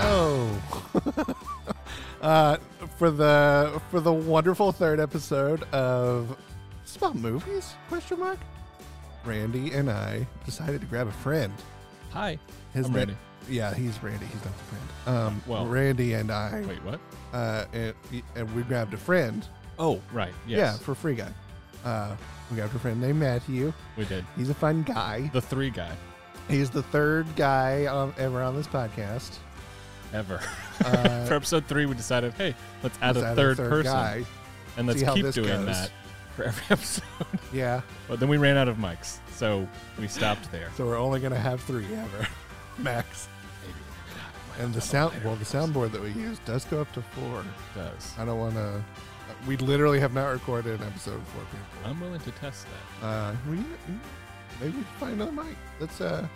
Oh. uh, for the for the wonderful third episode of it's about movies question mark. Randy and I decided to grab a friend. Hi. His I'm name- Randy. Yeah, he's Randy. He's not the friend. Um, Well- Randy and I, Wait, what? uh, and, and we grabbed a friend. Oh, right. Yeah, Yes. for free guy. Uh, we grabbed a friend named Matthew. We did. He's a fun guy. The three guy He's the third guy um, ever on this podcast. ever. Uh, for episode three, we decided, hey, let's add let's a add third, person guy. and let's See how keep this doing goes. that for every episode. Yeah, but then we ran out of mics, so we stopped there. so we're only gonna have three ever, max. Maybe we can have one And the other sound, later. well, the soundboard that we use does go up to four. does. I don't want to. We literally have not recorded an episode of four people. I'm willing to test that. Uh, we, maybe we should find another mic. Let's uh,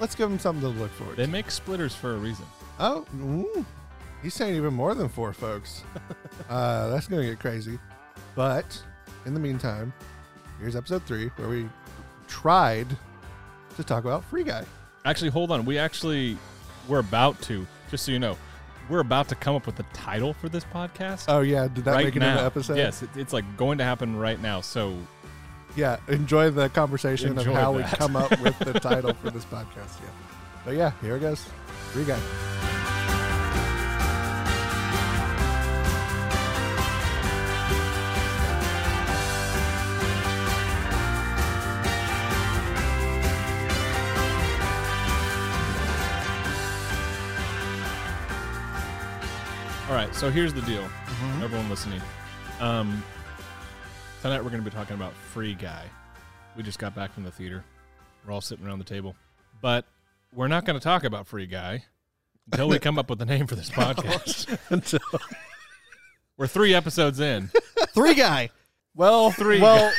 let's give him something to look forward They to. make splitters for a reason. Oh, ooh. he's saying even more than four folks. uh, that's going to get crazy. But in the meantime, here's episode three where we tried to talk about Free Guy. Actually, hold on. We actually we're about to. Just so you know, we're about to come up with the title for this podcast. Oh, yeah. Did that right make it now. into the episode? Yes, it, it's like going to happen right now. So Yeah. Enjoy the conversation Enjoy of how we that. come up with the title for this podcast. Yeah. But yeah, here it goes Free Guy. All right, so here's the deal, Mm-hmm. everyone listening. Um, tonight we're going to be talking about Free Guy. We just got back from the theater. We're all sitting around the table, but we're not going to talk about Free Guy until we come up with a name for this Oh, podcast. we're three episodes in. Three guy. Well, three. Well,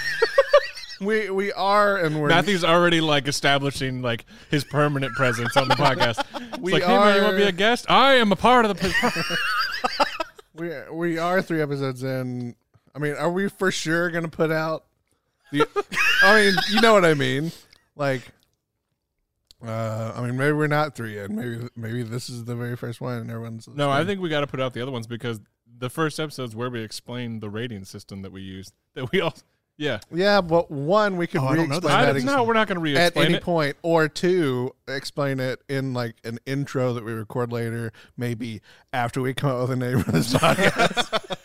we we are and we're Matthew's already like establishing like his permanent presence on the podcast. It's We like, hey man, you want are- to be a guest? I am a part of the. We we are three episodes in. I mean, are we for sure gonna put out the? I mean, you know what I mean. Like, uh, I mean, maybe we're not three in. Maybe maybe this is the very first one, and everyone's No, I think we got to put out the other ones because the first episode's where we explain the rating system that we used. That we all, yeah. Yeah, but one we could Oh, I don't know re-explain I, that ex- no, we're not going to at re-explain any it. point, or two explain it in like an intro that we record later, maybe after we come up with a name for this podcast.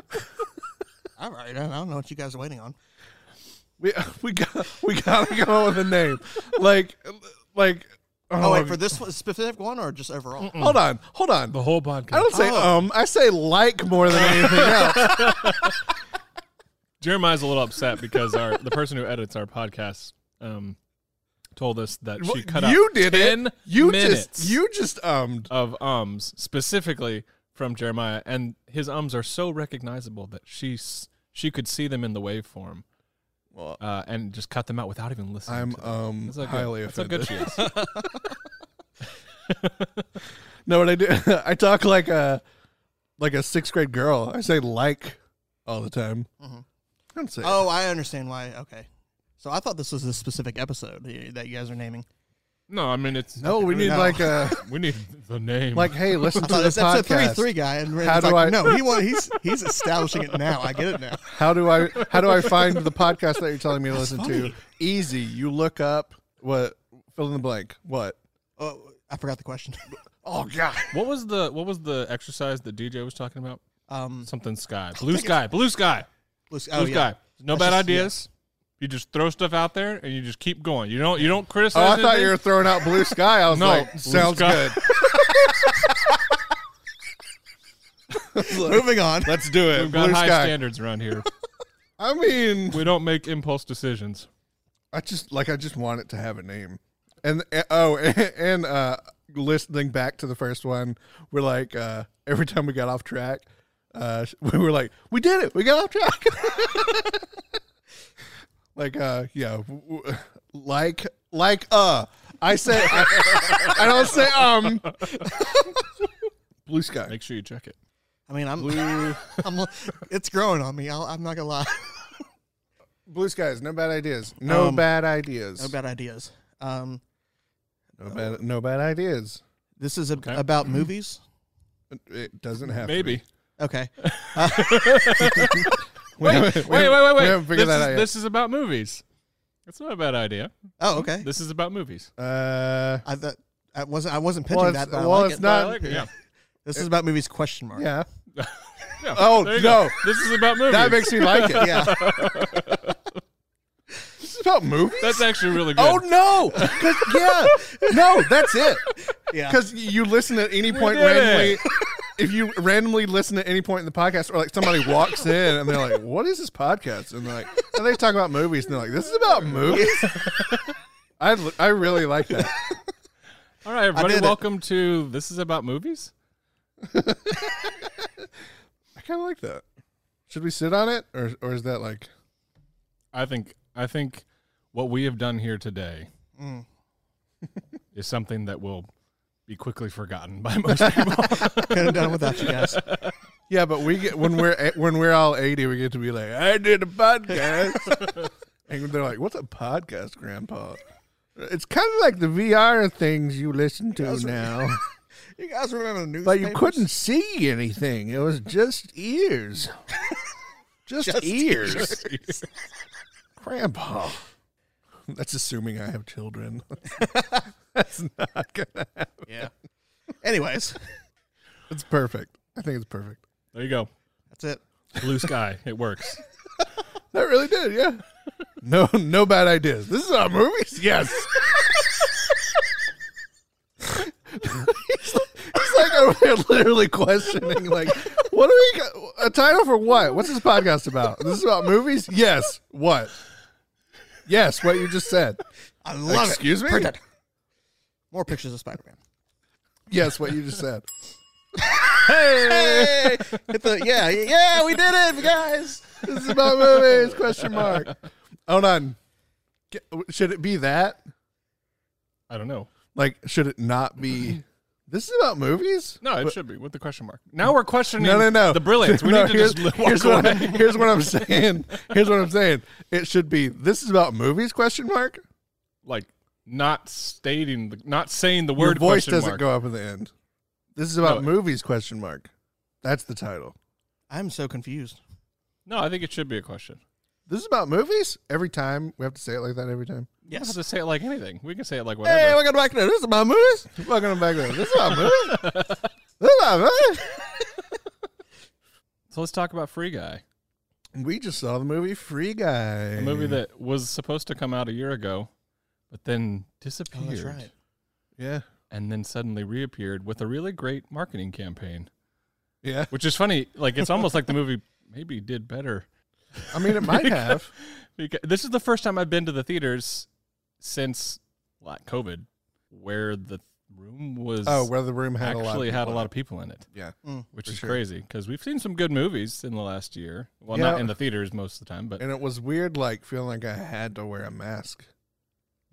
All right. I don't know what you guys are waiting on. we we got we gotta come up with a name, like like. Oh, wait, for this one, specific one or just overall? Hold on, hold on. The whole podcast. I don't say Oh. um, I say like more than anything else. Jeremiah's a little upset because our the person who edits our podcast um, told us that she cut you out did ten it. You minutes just you just um, ummed. of ums specifically from Jeremiah, and his ums are so recognizable that she s- she could see them in the waveform. Well- uh, and just cut them out without even listening. I'm to them. um That's how good- highly that's how offended. good she is. No, what I do, I talk like a like a sixth grade girl. I say like all the time. Mhm. I don't say. Oh, I understand why. Okay. So I thought this was a specific episode y- that you guys are naming. No, I mean it's no, Oh, we need No. like a We need the name. like. Hey, listen I to thought the it's episode three, podcast. three guy, and How Randy's do like, I- no, he want, he's he's establishing it now. I get it now. How do I how do I find the podcast that you're telling me to listen to? funny. Easy. You look up what fill in the blank. What? Oh, I forgot the question. Oh God. what was the what was the exercise that DJ was talking about? Um, Something sky, blue sky, blue sky, blue, s- blue oh, yeah. sky. No That's bad just- yeah. ideas. You just throw stuff out there and you just keep going. You don't you don't Oh, criticize. I thought anything. you were throwing out blue sky. I was No, like, blue sounds sky. good. Moving on. Let's do it. We've got blue high sky. standards around here. I mean, we don't make impulse decisions. I just like I just want it to have a name. And eh, oh, and uh listening back to the first one, we're like uh every time we got off track, uh we were like, we did it. We got off track. like uh yeah, w- w- like like uh I say I, I don't say um blue sky. Make sure you check it. I mean, I'm, I'm it's growing on me. I'll, I'm not gonna lie. Blue skies, no bad ideas. No Um, bad ideas. No bad ideas. Um, no bad no bad ideas. Mm-hmm. this is a, about movies. It doesn't have to Maybe. be. Okay. We haven't- wait, we wait, haven't- wait, We wait. haven't figured this, that is, out yet. this is about movies. That's not a bad idea. Oh, okay. This is about movies. Uh, I thought I wasn't. I wasn't pitching well, it's, that. But I well, like it's it. I not. like it, yeah. This is about movies? Question mark. yeah, Yeah, Oh, there you go. no. This is about movies. that makes me like it. Yeah. This is about movies. That's actually really good. oh no! 'Cause- yeah, no, that's it. Yeah. Because you listen at any point did it. randomly. If you randomly listen at any point in the podcast, or like somebody walks in and they're like, "What is this podcast?" and they're like, and they talk about movies, and they're like, "This is about movies." I l- I really like that. All right, everybody, did it. welcome to This is about movies. I kind of like that. Should we sit on it, or or is that like I think I think what we have done here today Mm. is something that will be quickly forgotten by most people. Could have done it without you guys. Yeah, but we get when we're when we're all eighty, we get to be like, I did a podcast, and they're like, "What's a podcast, Grandpa?" It's kind of like the VR things you listen to That's right. now, You guys remember the news? but you couldn't see anything. It was just ears, just, Just ears. Grandpa. That's assuming I have children. That's not gonna. Happen. Yeah. Anyways, It's perfect. I think it's perfect. there you go. that's it. Blue sky. It works. That really did, yeah. No, no bad ideas. This is our movies. Yes. he's, like, he's like over there, literally questioning, like, what do we got? A title for what? What's this podcast about? This is about movies. Yes. What? Yes. What you just said. I love Excuse it. me? Print it. More pictures of Spider-Man. Yes. What you just said. Hey! Hit the, yeah, yeah, we did it, guys. This is about movies? Question mark. Hold on. Get- Should it be that? I don't know. Like, should it not be? This is about movies. No, it should be with the question mark. Now we're questioning No, no, no. the brilliance. We No, need to just li- walk here's away. what, I, here's what I'm saying. Here's what I'm saying. It should be this is about movies? Question mark. like not stating, the, not saying the Your word. voice question doesn't mark. go up at the end. This is about No. movies? Question mark. That's the title. I'm so confused. No, I think it should be a question. This is about movies. Every time we have to say it like that. Every time. We don't have to say it like anything. We can say it like whatever. Hey, welcome back to this is my movies. Welcome back. To, this is about movies. This is about movies. so let's talk about Free Guy, We just saw the movie Free Guy. a movie that was supposed to come out a year ago, but then disappeared. right. Oh, Yeah. And then suddenly reappeared with a really great marketing campaign, Yeah. which is funny. Like it's almost like the movie maybe did better. I mean, it might have. Because this is the first time I've been to the theaters since like COVID, where the room was Oh, where the room had a lot. actually of had a people lot in of people in it. Yeah. which For is sure. crazy because we've seen some good movies in the last year. Well, Yeah. not in the theaters most of the time, but it. And it was weird, like feeling like I had to wear a mask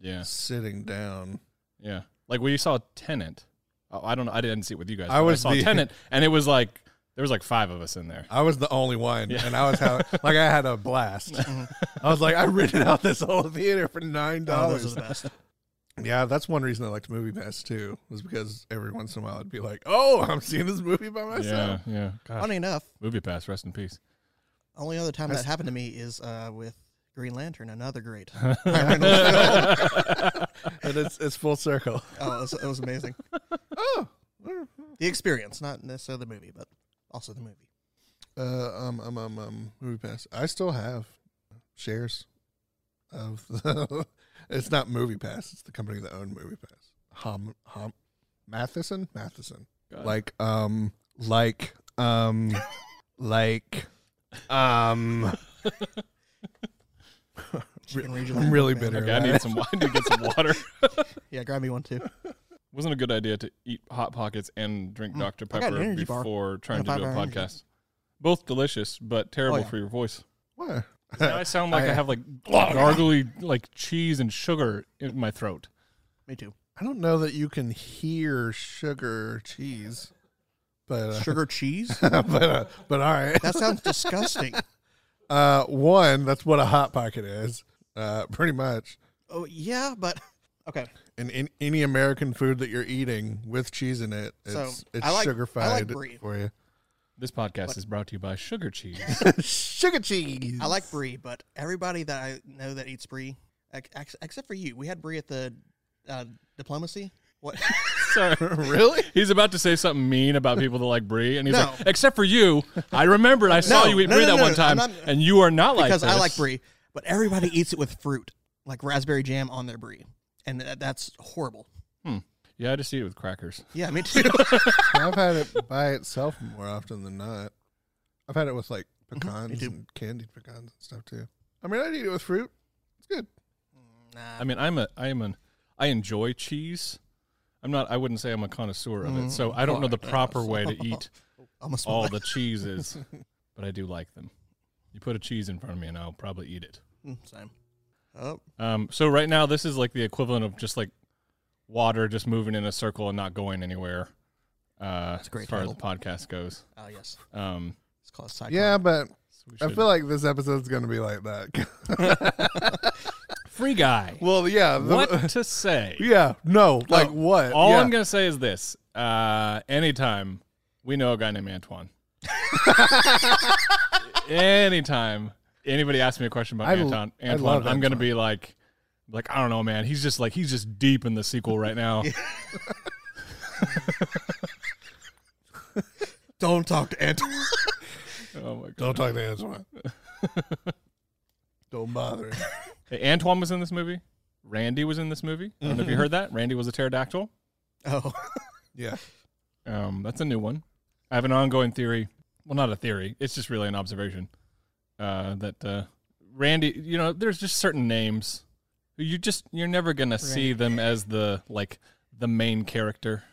yeah, sitting down. yeah. Like we saw Tenant. Oh, I don't know. I didn't see it with you guys. I but was saw the- Tenant, and it was like there was like five of us in there. I was the only one, Yeah. Mm-hmm. and I was having like I had a blast. I was like, I rented out this whole theater for nine Oh, those dollars. are the best. yeah, that's one reason I liked Movie Pass too, was because every once in a while I'd be like, Oh, I'm seeing this movie by Yeah, myself. yeah. Gosh. Funny enough, Movie Pass, rest in peace. only other time That's- that happened to me is uh, with Green Lantern, another great. And it's it's full circle. Oh, it was, it was amazing. Oh. The experience, not necessarily the movie, but also the movie. Uh um um um um Movie Pass. I still have shares of the it's not Movie Pass, it's the company that owned Movie Pass. Hom Hom Matheson? Matheson. God. like um like um like um You can read your I'm really Lantern, man. bitter. okay, I need some. I need to get some water. Yeah, grab me one too. Wasn't a good idea to eat hot pockets and drink Mm, Dr I got an Pepper energy bar before trying and a to do a five-hour energy. Oh, podcast. Both delicious, but terrible yeah. Oh, for your voice. what? Now I sound like I, I- have like gargly like cheese and sugar in my throat. Me too. I don't know that you can hear sugar or cheese, but uh, Sugar cheese? but uh, but all right. That sounds disgusting. Uh, one that's what a hot pocket is. Uh, pretty much. Oh yeah, but okay. And in, any American food that you're eating with cheese in it, it's So, it's I like- I sugar like fied brie. for you. This podcast is brought to you by Sugar Cheese. sugar cheese. I like brie, but everybody that I know that eats brie, ex- ex- except for you, we had brie at the uh, diplomacy. What? Sorry. really? He's about to say something mean about people that like brie, and he's No. like, "Except for you, I remembered I saw No, you eat no, brie no, that no, one no, time, I'm not- and you are not like because I this." like brie, but everybody eats it with fruit, like raspberry jam on their brie, and th- that's horrible. Yeah, I just eat it with crackers. Yeah, me too. I've had it by itself more often than not. I've had it with like pecans Mm-hmm. too. and candied pecans and stuff too. I mean, I'd eat it with fruit. It's good. nah, I mean, I'm a, I am an, I enjoy cheese. I'm not. I wouldn't say I'm a connoisseur of it, so I don't know the proper way to eat almost all the cheeses, but I do like them. You put a cheese in front of me, and I'll probably eat it. same. Oh, Um, so right now, this is like the equivalent of just like water just moving in a circle and not going anywhere. Uh, a great as far title. as the podcast goes. oh yes, Um, it's called side. Yeah, but so we I should- feel like this episode's gonna be like that. free guy. well, yeah, the, what to say? yeah, no, like No, what? All Uh, yeah. I'm gonna say is this: uh, anytime we know a guy named Antoine, anytime anybody asks me a question about I l- Anton, I Antoine, love I'm gonna Antoine. be like, like I don't know, man. He's just like he's just deep in the sequel right now. Don't talk to Antoine. oh my Don't god! talk to Antoine. Don't bother. him. Hey, Antoine was in this movie. Randy was in this movie. I don't know if you Mm-hmm. heard that. Randy was a pterodactyl. oh, Yeah, Um, that's a new one. I have an ongoing theory. Well, not a theory. It's just really an observation uh, that uh, Randy. You know, there's just certain names you just you're never gonna see them as the like the main character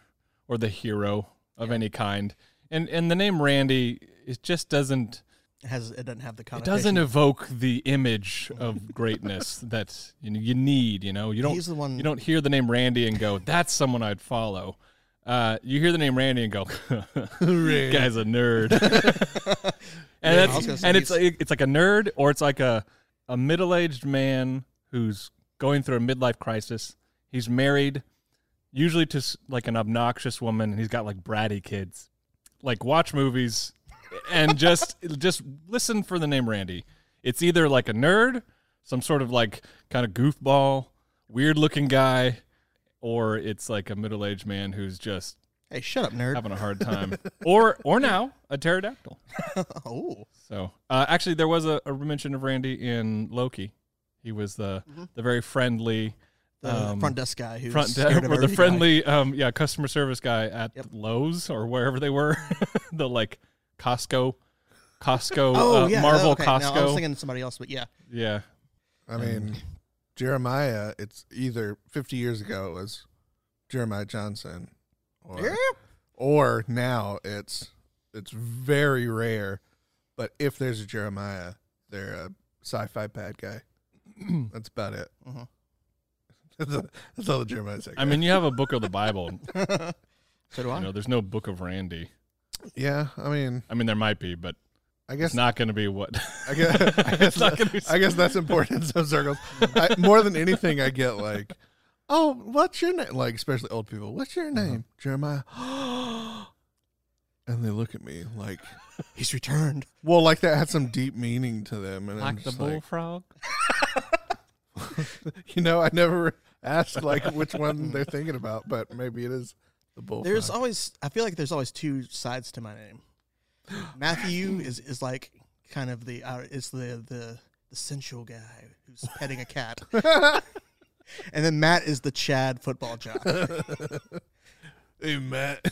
or the hero of any kind. And and the name Randy it just doesn't it has it doesn't have the it connotation. doesn't evoke the image of greatness that you know, you need. You know, you don't He's the one. you don't hear the name Randy and go, "That's someone I'd follow." Uh, you hear the name Randy and go, "Guy's a nerd," and I was gonna that's, say and it's he's- like, it's like a nerd or it's like a a middle aged man who's going through a midlife crisis. He's married, usually to s- like an obnoxious woman, and he's got like bratty kids. Like watch movies and just just listen for the name Randy. It's either like a nerd, some sort of like kind of goofball, weird looking guy, or it's like a middle aged man who's just hey, shut up, nerd. having a hard time. or or now a pterodactyl. oh, So uh, actually, there was a, a mention of Randy in Loki. He was the the very friendly Mm-hmm. the um, front desk guy who's front scared desk of or the everything. friendly um yeah customer service guy at Yep. Lowe's or wherever they were the like Costco Costco Oh uh, yeah, Marvel oh, okay. Costco No, I was thinking somebody else, but yeah, yeah I mean Jeremiah. It's either fifty years ago it was Jeremiah Johnson, or or now it's it's very rare. But if there's a Jeremiah, they're a sci-fi bad guy. That's about it. Mhm. That's, all the Jeremiah's. I mean you have a book of the Bible so do I. you know there's no book of Randy yeah. I mean, I mean there might be but I guess it's not going to be what I guess, I guess, It's not gonna be- I guess that's important in some circles. I, more than anything, I get like, oh, what's your name? Like, especially old people, what's your name? Jeremiah. and they look at me like, He's returned. well, like that had some deep meaning to them. And I'm like the just like, bullfrog you know, I never asked like which one they're thinking about, but maybe it is the bull. There's always I feel like there's always two sides to my name. Matthew is is like kind of the uh, is the the the sensual guy who's petting a cat. And then Matt is the Chad football jock. hey, Matt.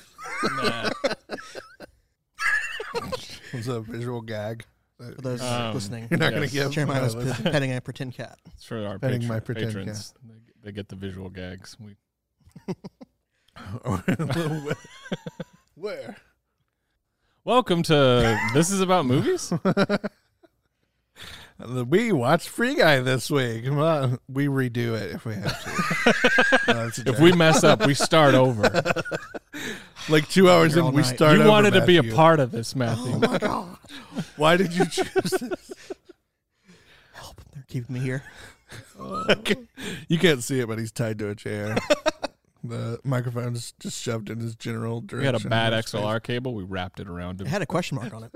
It's a visual gag. For those Um, listening, You're not going Yes. to give Jeremiah was Well, p- petting a pretend cat. It's for our Petting my patron- pretend patrons they, get- they get the visual gags we where? Uh, where? welcome to this is about movies We watched Free Guy this week. Come on. We redo it if we have to. No, that's a if joke. we mess up we start over. like two hours Here in, all we night. start. you over, wanted to be a Matthew. Oh, part of this, Matthew. Oh my god! Why did you choose this? Help! They're keeping me here. You can't see it, but he's tied to a chair. The microphone's just shoved in his general direction. We had a bad His face. XLR cable. We wrapped it around It him. had a question mark on it.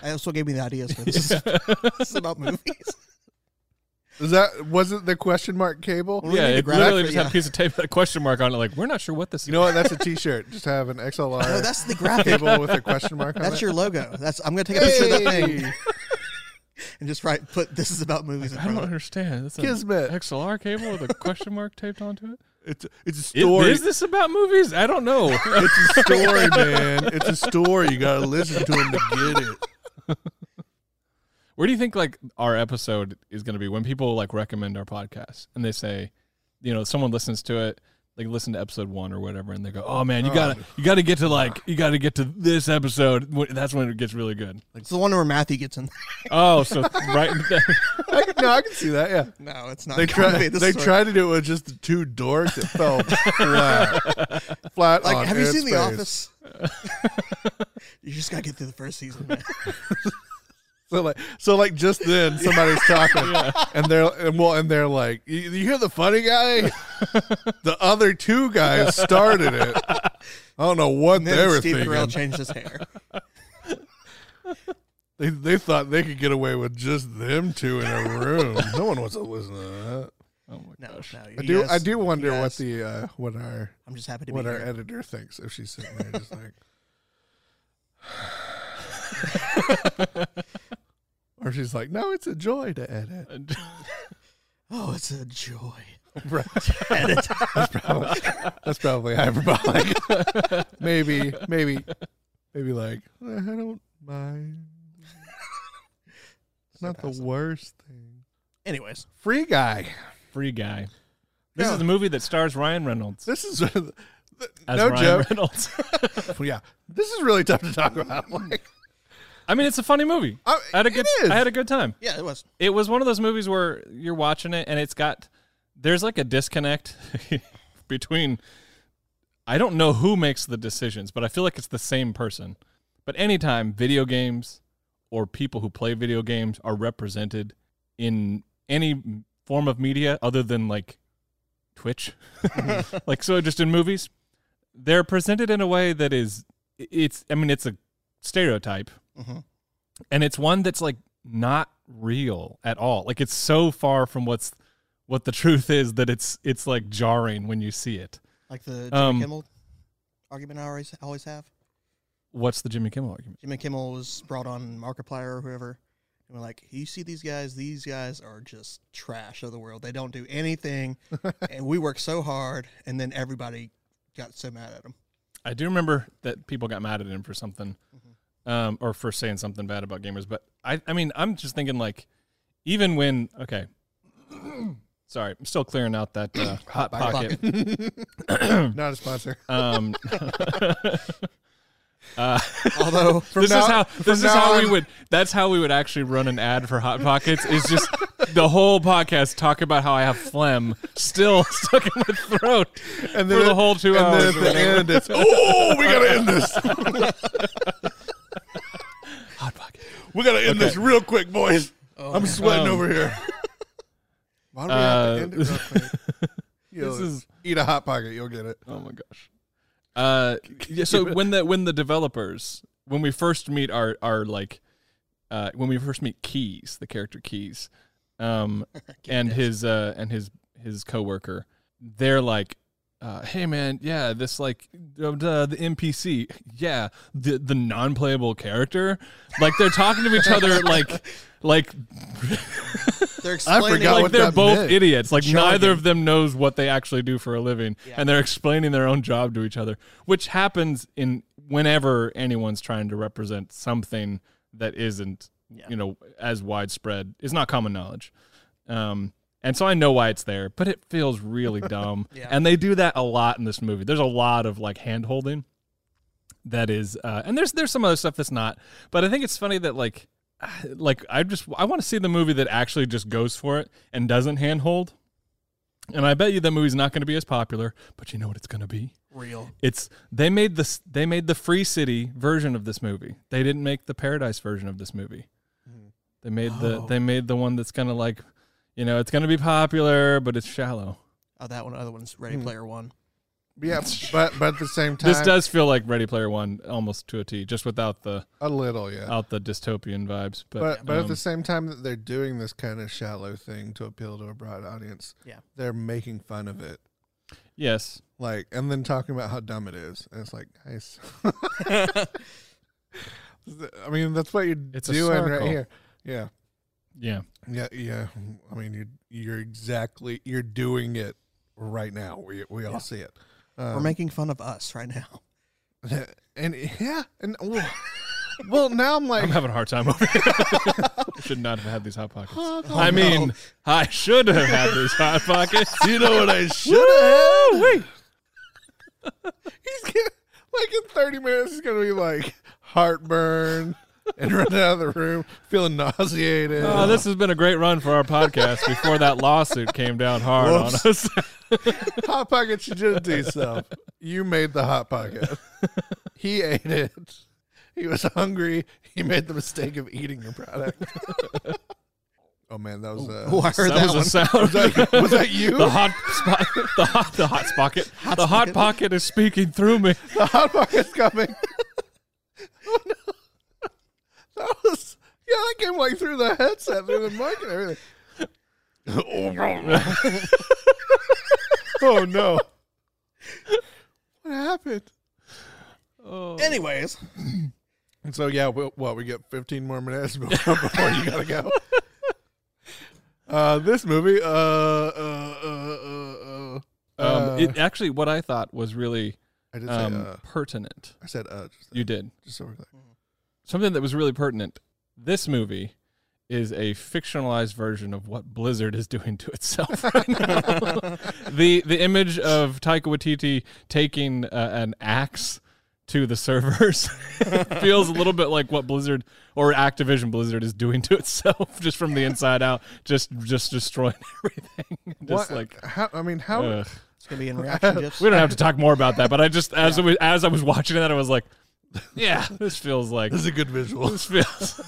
That's what gave me the ideas for this. this is about movies. Is that was it the question mark cable? we yeah, need to it grab literally it for- just had a yeah. piece of tape with a question mark on it. Like, we're not sure what this You know what? That's a T-shirt. Just have an XLR No, Oh, that's the graphic. cable with a question mark on That's it. your logo. That's I'm gonna take a picture of that thing Hey! and just write put this is about is. movies. In I front don't of it. understand. That's an Kismet. XLR cable with a question mark taped onto it. It's it's a It- story. Is this about movies? I don't know. it's a story, man. It's a story. You gotta listen to him to get it. Where do you think like our episode is going to be when people like recommend our podcast and they say, you know, someone listens to it, they listen to episode one or whatever, and they go, "Oh man, you gotta you gotta get to like you gotta get to this episode. Wh- That's when it gets really good." It's the one where Matthew gets in. Oh, so right. I can, no, I can see that. Yeah, No, it's not. they gonna tried. be this They story. tried to do it with just the two dorks. It fell flat, flat. Like, on have you its seen The face. Office? you just gotta get through the first season, man. So like, so like, just then somebody's talking, and they're and well, and they're like, you, you hear the funny guy? the other two guys started it. I don't know what Then they were Steve thinking. Carell changed his hair. They, they thought they could get away with just them two in a room. no one wants to listen to that. Oh my No, gosh. no. I you do. I guys- do wonder you what guys- the uh, what our I'm just happy to be what our here. editor thinks if she's sitting there just like, or she's like, no, it's a joy to edit. Oh, it's a joy. Right. Edit. probably, that's probably hyperbolic. maybe, maybe, maybe like I don't mind. It's not the Awesome. worst thing. Anyways, Free guy. Free guy. This Yeah. is the movie that stars Ryan Reynolds This is no as Ryan joke. Reynolds. Yeah, this is really tough to talk about. Like, I mean, it's a funny movie. I, I had a it good. is. I had a good time. yeah, it was. it was one of those movies where you're watching it and it's got there's like a disconnect between I don't know who makes the decisions, but I feel like it's the same person. But anytime video games or people who play video games are represented in any form of media other than like Twitch, like so just in movies, they're presented in a way that is it's I mean it's a stereotype Mhm. and it's one that's like not real at all like it's so far from what's what the truth is that it's it's like jarring when you see it Like the Jimmy Um, Kimmel argument I always always have. what's the jimmy kimmel argument Jimmy Kimmel was brought on Markiplier or whoever, and we're like, you see these guys? These guys are just trash of the world. They don't do anything, and we work so hard, and then everybody got so mad at him. i do remember that people got mad at him for something um, or for saying something bad about gamers but i i mean i'm just thinking like even when okay sorry i'm still clearing out that uh, hot pocket Not a sponsor. Um, uh, Although this now- is how from this is now how we on- would that's how we would actually run an ad for Hot Pockets. Is just the whole podcast talk about how I have phlegm still stuck in my throat And for the whole two and hours. then at the end, it's oh, we gotta end this. Hot Pocket. We gotta end this real quick, boys. I'm sweating Um, over here. Why do we have to uh, end it real quick? You'll This is- eat a hot pocket. You'll get it. Oh my gosh. Uh, yeah, so when the when the developers when we first meet our our like uh, when we first meet Keys the character Keys, um, and his uh, and his his coworker, they're like, uh, "Hey man, yeah, this like uh, duh, the NPC, yeah, the the non-playable character." Like they're talking to each other like like they're explaining, forgot like what they're that both meant. idiots. Like Jargon. neither of them knows what they actually do for a living, and they're explaining their own job to each other, which happens in whenever anyone's trying to represent something that isn't, you know, as widespread. It's not common knowledge, um, and so I know why it's there, but it feels really dumb. Yeah. And they do that a lot in this movie. There's a lot of like hand holding that is uh and there's there's some other stuff that's not but i think it's funny that like like i just i want to see the movie that actually just goes for it and doesn't handhold and i bet you the movie's not going to be as popular but you know what it's going to be real. it's they made this they made the free city version of this movie they didn't make the paradise version of this movie Hmm. they made the Oh. they made the one that's going to like you know it's going to be popular but it's shallow Hmm. Oh, that one, other one's Ready Player One. yeah, but but at the same time, This does feel like Ready Player One almost to a T, just without the a little, yeah. out the dystopian vibes. Oh, But Uh. but but at um, the same time that they're doing this kind of shallow thing to appeal to a broad audience, Yeah. they're making fun of it, yes, like, and then talking about how dumb it is, and it's like, guys, I mean, that's what you're It's a doing right circle. here. Yeah, yeah, yeah, yeah. I mean, you're you're exactly you're doing it right now. We we all Yeah. see it. We're Uh, Um, making fun of us right now. and yeah, and well, well now I'm like, I'm having a hard time over here. should not have had these hot pockets. I I mean, I should have had these hot pockets. Oh, you know what I should have had? He's gonna, like in 30 minutes, he's gonna be like heartburn and run out of the room, feeling nauseated. Oh, this has been a great run for our podcast before that lawsuit came down hard Whoops. on us. hot pocket you did do stuff. You made the hot pocket. He ate it. He was hungry. He made the mistake of eating your product. oh man, that was uh, Oh, I heard that, that, was one. a sound. was that, was that you? oh, the hot spot, the hot, the hot pocket, the hot pocket. pocket is speaking through me. The hot pocket's coming. Oh, no. That was yeah, that came like through the headset, through the mic and everything. oh no. What happened? Anyways, And so yeah, we, what we get 15 more minutes before, before you gotta go. Uh, this movie, uh, uh, uh, uh, uh, uh, Um, it actually, what I thought was really I did um, say, uh, pertinent. I said, uh, just, You did just so we're clear. something that was really pertinent. This movie is a fictionalized version of what Blizzard is doing to itself right now. the the image of Taika Waititi taking uh, an axe to the servers feels a little bit like what Blizzard or Activision Blizzard is doing to itself just from the inside out, just just destroying everything. What- just Oh. like uh, how, I mean, how, ugh. it's gonna be in reaction gifs. we don't have to talk more about that, but I just as I was, as I was watching that I was like, yeah, this feels like this is a good visual. this feels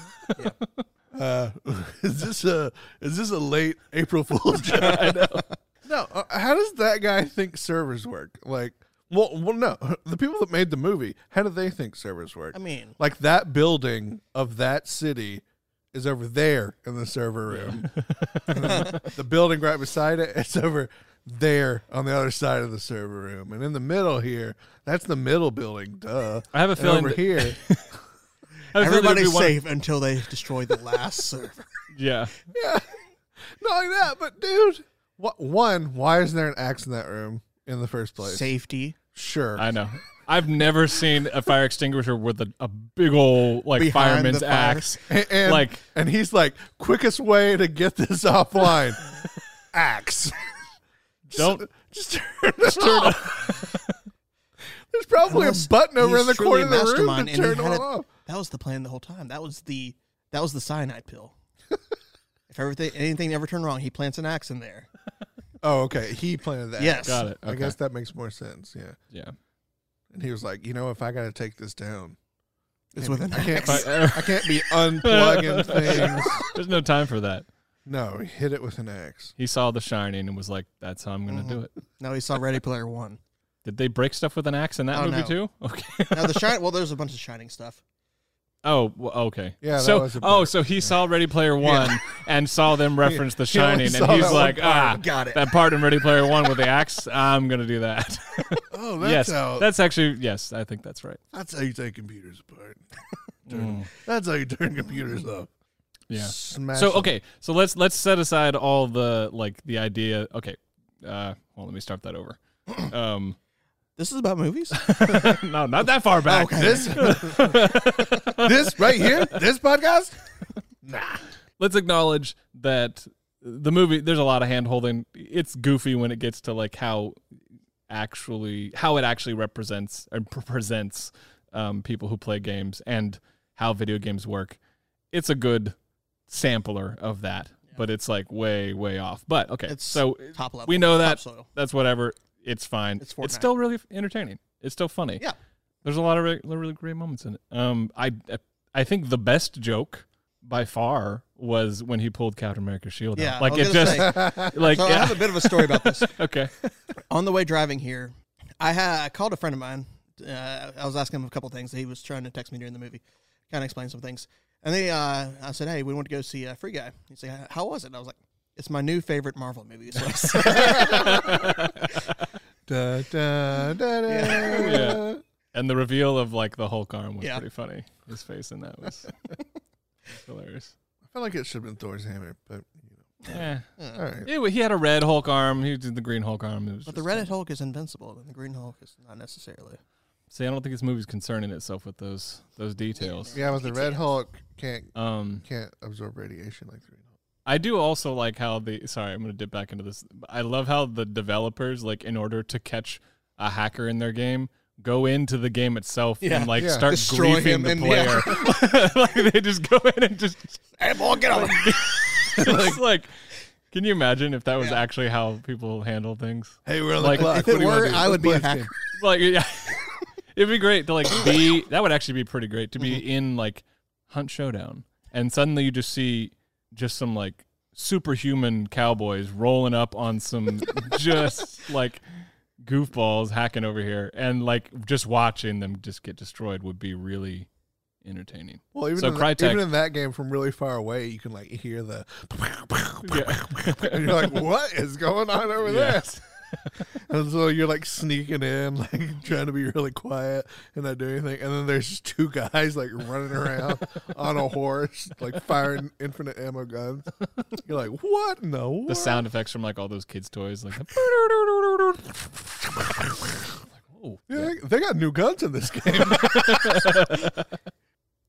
Uh, is this a, is this a late April Fool's joke? I know. No, uh, how does that guy think servers work? Like, well, well, no, the people that made the movie, how do they think servers work? I mean, like that building of that city is over there in the server room. And then the building right beside it, it's over there on the other side of the server room. And in the middle here, that's the middle building, duh. I have a And feeling over that- here. I feel there'd be everybody's one- safe until they destroy the last server. Yeah. Yeah. Not like that, but dude. What one, why is there an axe in that room in the first place? Safety. Sure. I know. I've never seen a fire extinguisher with a, a big old like Behind fireman's the fire. axe. and, and- Like- and he's like, quickest way to get this offline. axe. Don't Just turn it Oh. off. There's probably Unless a button over he's in the truly corner of a the room mastermind to and he turn it had it- off. That was the plan the whole time. That was the that was the cyanide pill. if everything anything ever turned wrong, he plants an axe in there. Oh, okay. He planted that. Yes. got it. Okay. I guess that makes more sense. Yeah. Yeah. And he was like, you know, if I got to take this down, It's can't with be- an I can't, But, be, uh, I can't be unplugging things. there's no time for that. No, he hit it with an axe. He saw The Shining and was like, "That's how I'm going to do Mm-hmm. it." No, he saw Ready Player One. Did they break stuff with an axe in that Oh, movie no. too? Okay. Now the shine. Well, there's a bunch of shining stuff. Oh, well, okay. Yeah, that So, was a oh, part. so he saw Ready Player One and saw them reference The He only Shining, and saw he's that one like, "Ah, part. Got it. that part in Ready Player One with the axe, I'm going to do that." Oh, that's yes, how. that's actually yes. I think that's right. that's how you take computers apart. Turn- That's how you turn computers up. Yeah. Smash Mm. so them. okay so let's let's set aside all the like the idea okay uh well let me start that over um This is about movies. no not that far back This, this right here, this podcast. Nah. let's acknowledge that the movie there's a lot of hand holding it's goofy when it gets to like how actually how it actually represents and pre- presents um, people who play games and how video games work it's a good sampler of that but it's like way way off but okay It's so top level. we know that Topsoil. that's whatever. It's fine. It's It's, Fortnite. still really f- entertaining. It's still funny. Yeah. There's a lot of really, really great moments in it. Um, I I think the best joke by far was when he pulled Captain America's shield. out. Yeah, I like was it gonna just like So I yeah. have a bit of a story about this. okay. On the way driving here, I ha- I called a friend of mine. Uh, I was asking him a couple things. He was trying to text me during the movie, kind of explain some things. And they, uh, I said, "Hey, we want to go see uh, Free Guy." He's like, "How was it?" And I was like, "It's my new favorite Marvel movie." So I said, Da, da, da, da. Yeah. And the reveal of like the Hulk arm was Yeah. pretty funny. His face in that was was hilarious. I feel like it should have been Thor's hammer, but you Yeah. know. all right. He had a red Hulk arm. He did the green Hulk arm. It was but the just- Reddit Hulk is invincible, and the Green Hulk is not necessarily. See, I don't think this movie's concerning itself with those those details. Yeah, with the Red Hulk can't Um, can't absorb radiation like the Green Hulk. I do also like how the sorry, I'm gonna dip back into this. I love how the developers like in order to catch a hacker in their game go into the game itself Yeah. and like Yeah. start Destroy griefing him the and- player. like they just go in and just Hey, boy, get over it's like can you imagine if that was Yeah. actually how people handle things? Hey, we're on the Like, clock. If it were, I would be a hacker. Like yeah. It'd be great to like be that would actually be pretty great to be in like Hunt Showdown and suddenly you just see just some like superhuman cowboys rolling up on some just like goofballs hacking over here and like just watching them just get destroyed would be really entertaining. Well, even, So in that, Crytek- even in that game, from really far away, you can like hear the. Yeah. and you're like, what is going on over there? Yes. And so you're like sneaking in, like trying to be really quiet and not do anything. And then there's just two guys like running around on a horse, like firing infinite ammo guns. You're like, what? No. The sound effects from like all those kids' toys like, like oh Yeah, they- They got new guns in this game.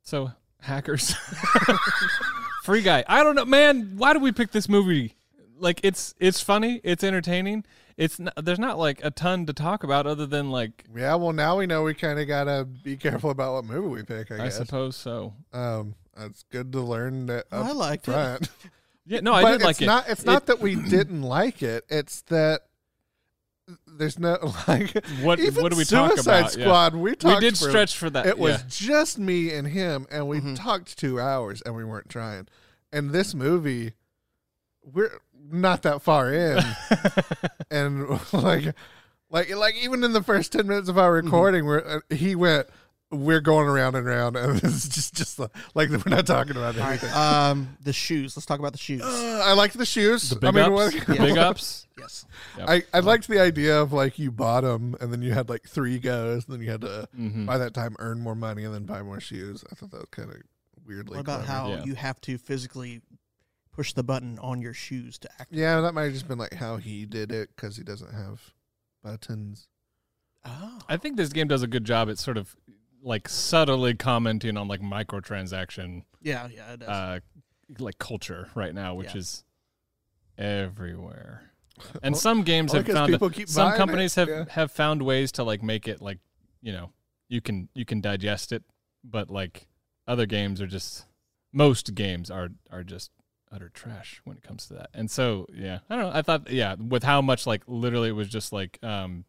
So hackers, free guy. I don't know, man. Why did we pick this movie? Like it's it's funny, it's entertaining. It's n there's not like a ton to talk about other than like yeah, well, now we know we kind of got to be careful about what movie we pick, I I, guess. suppose so. um, it's good to learn that up I liked it. front. Yeah, no, I but did it's like it. not. It's not that we didn't like it. It's that there's no like. What even what do we talk Suicide about? Yeah. Squad. We We talked. did for- stretch for that. It was yeah. Mm-hmm. just me and him, and we Mhm. talked two hours, and we weren't trying. And this movie, we're not that far in, and like, like, like even in the first ten minutes of our Mm-hmm. recording, where uh, he went. We're going around and around, and it's just, just like, like we're not talking about All anything. right, um, the shoes. Let's talk about the shoes. Uh, I liked the shoes. the big I mean, ups. what- the Big ups. yes. I, I liked the idea of like you bought them and then you had like three goes and then you had to Mhm. by that time earn more money and then buy more shoes. I thought that was kind of weirdly. What about clever. how Yeah. you have to physically push the button on your shoes to activate? Yeah, that might have just been like how he did it because he doesn't have buttons. Oh, I think this game does a good job at sort of like subtly commenting on like microtransaction yeah, yeah, it does. uh, like culture right now, which Yeah. is everywhere. And some games I have like 'cause found people keep some buying companies it, have yeah. have found ways to like make it like you know you can you can digest it, but like other games are just most games are are just utter trash when it comes to that. And so yeah, I don't know. I thought yeah, with how much like literally it was just like um,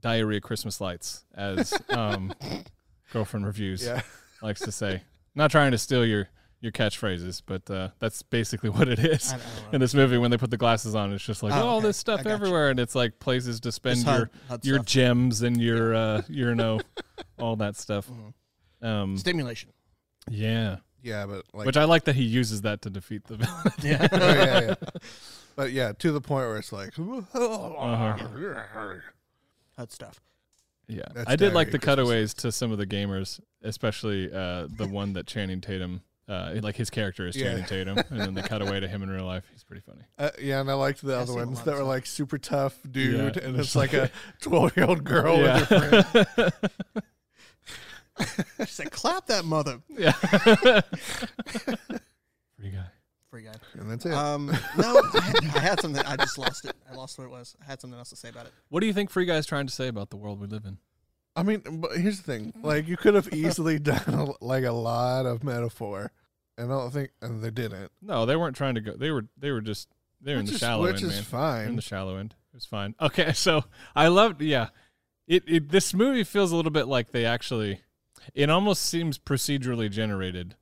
diarrhea Christmas lights as um, girlfriend reviews Yeah, likes to say. Not trying to steal your your catchphrases, but uh, that's basically what it is I don't know. Uh-huh. in this movie. When they put the glasses on, it's just like Oh, all okay. this I stuff gotcha. everywhere, and it's like places to spend Just your HUD- HUD your stuff. gems and your uh, your no, all that stuff. Mhm. Um, stimulation. yeah, yeah, but like, which I like that he uses that to defeat the villain. oh, Yeah. yeah, yeah. but yeah, to the point where it's like, Uh-huh. HUD stuff. yeah, That's I did like diarrhea the Christmas cutaways to some of the gamers, especially uh, the one that Channing Tatum. Uh, like his character is Yeah. Channing Tatum, and then they cut away to him in real life. He's pretty funny. Uh, yeah, and I liked the I've other seen a ones lot that of were stuff. like super tough dude, Yeah. and it's like a twelve year old girl with her yeah. She said, "Clap that mother." Yeah. Free guy. Free guy. And that's it. Um, no, I had, I had something. I just lost it. I lost what it was. I had something else to say about it. What do you think Free Guy's trying to say about the world we live in? I mean, but here's the thing: like, you could have easily done like a lot of metaphor, and I don't think, and they didn't. No, they weren't trying to go. They were. They were just. They were in which the is, shallow which end, is man. They were fine. in the shallow end. It was fine. Okay, so I loved. Yeah, it, it. This movie feels a little bit like they actually. It almost seems procedurally generated,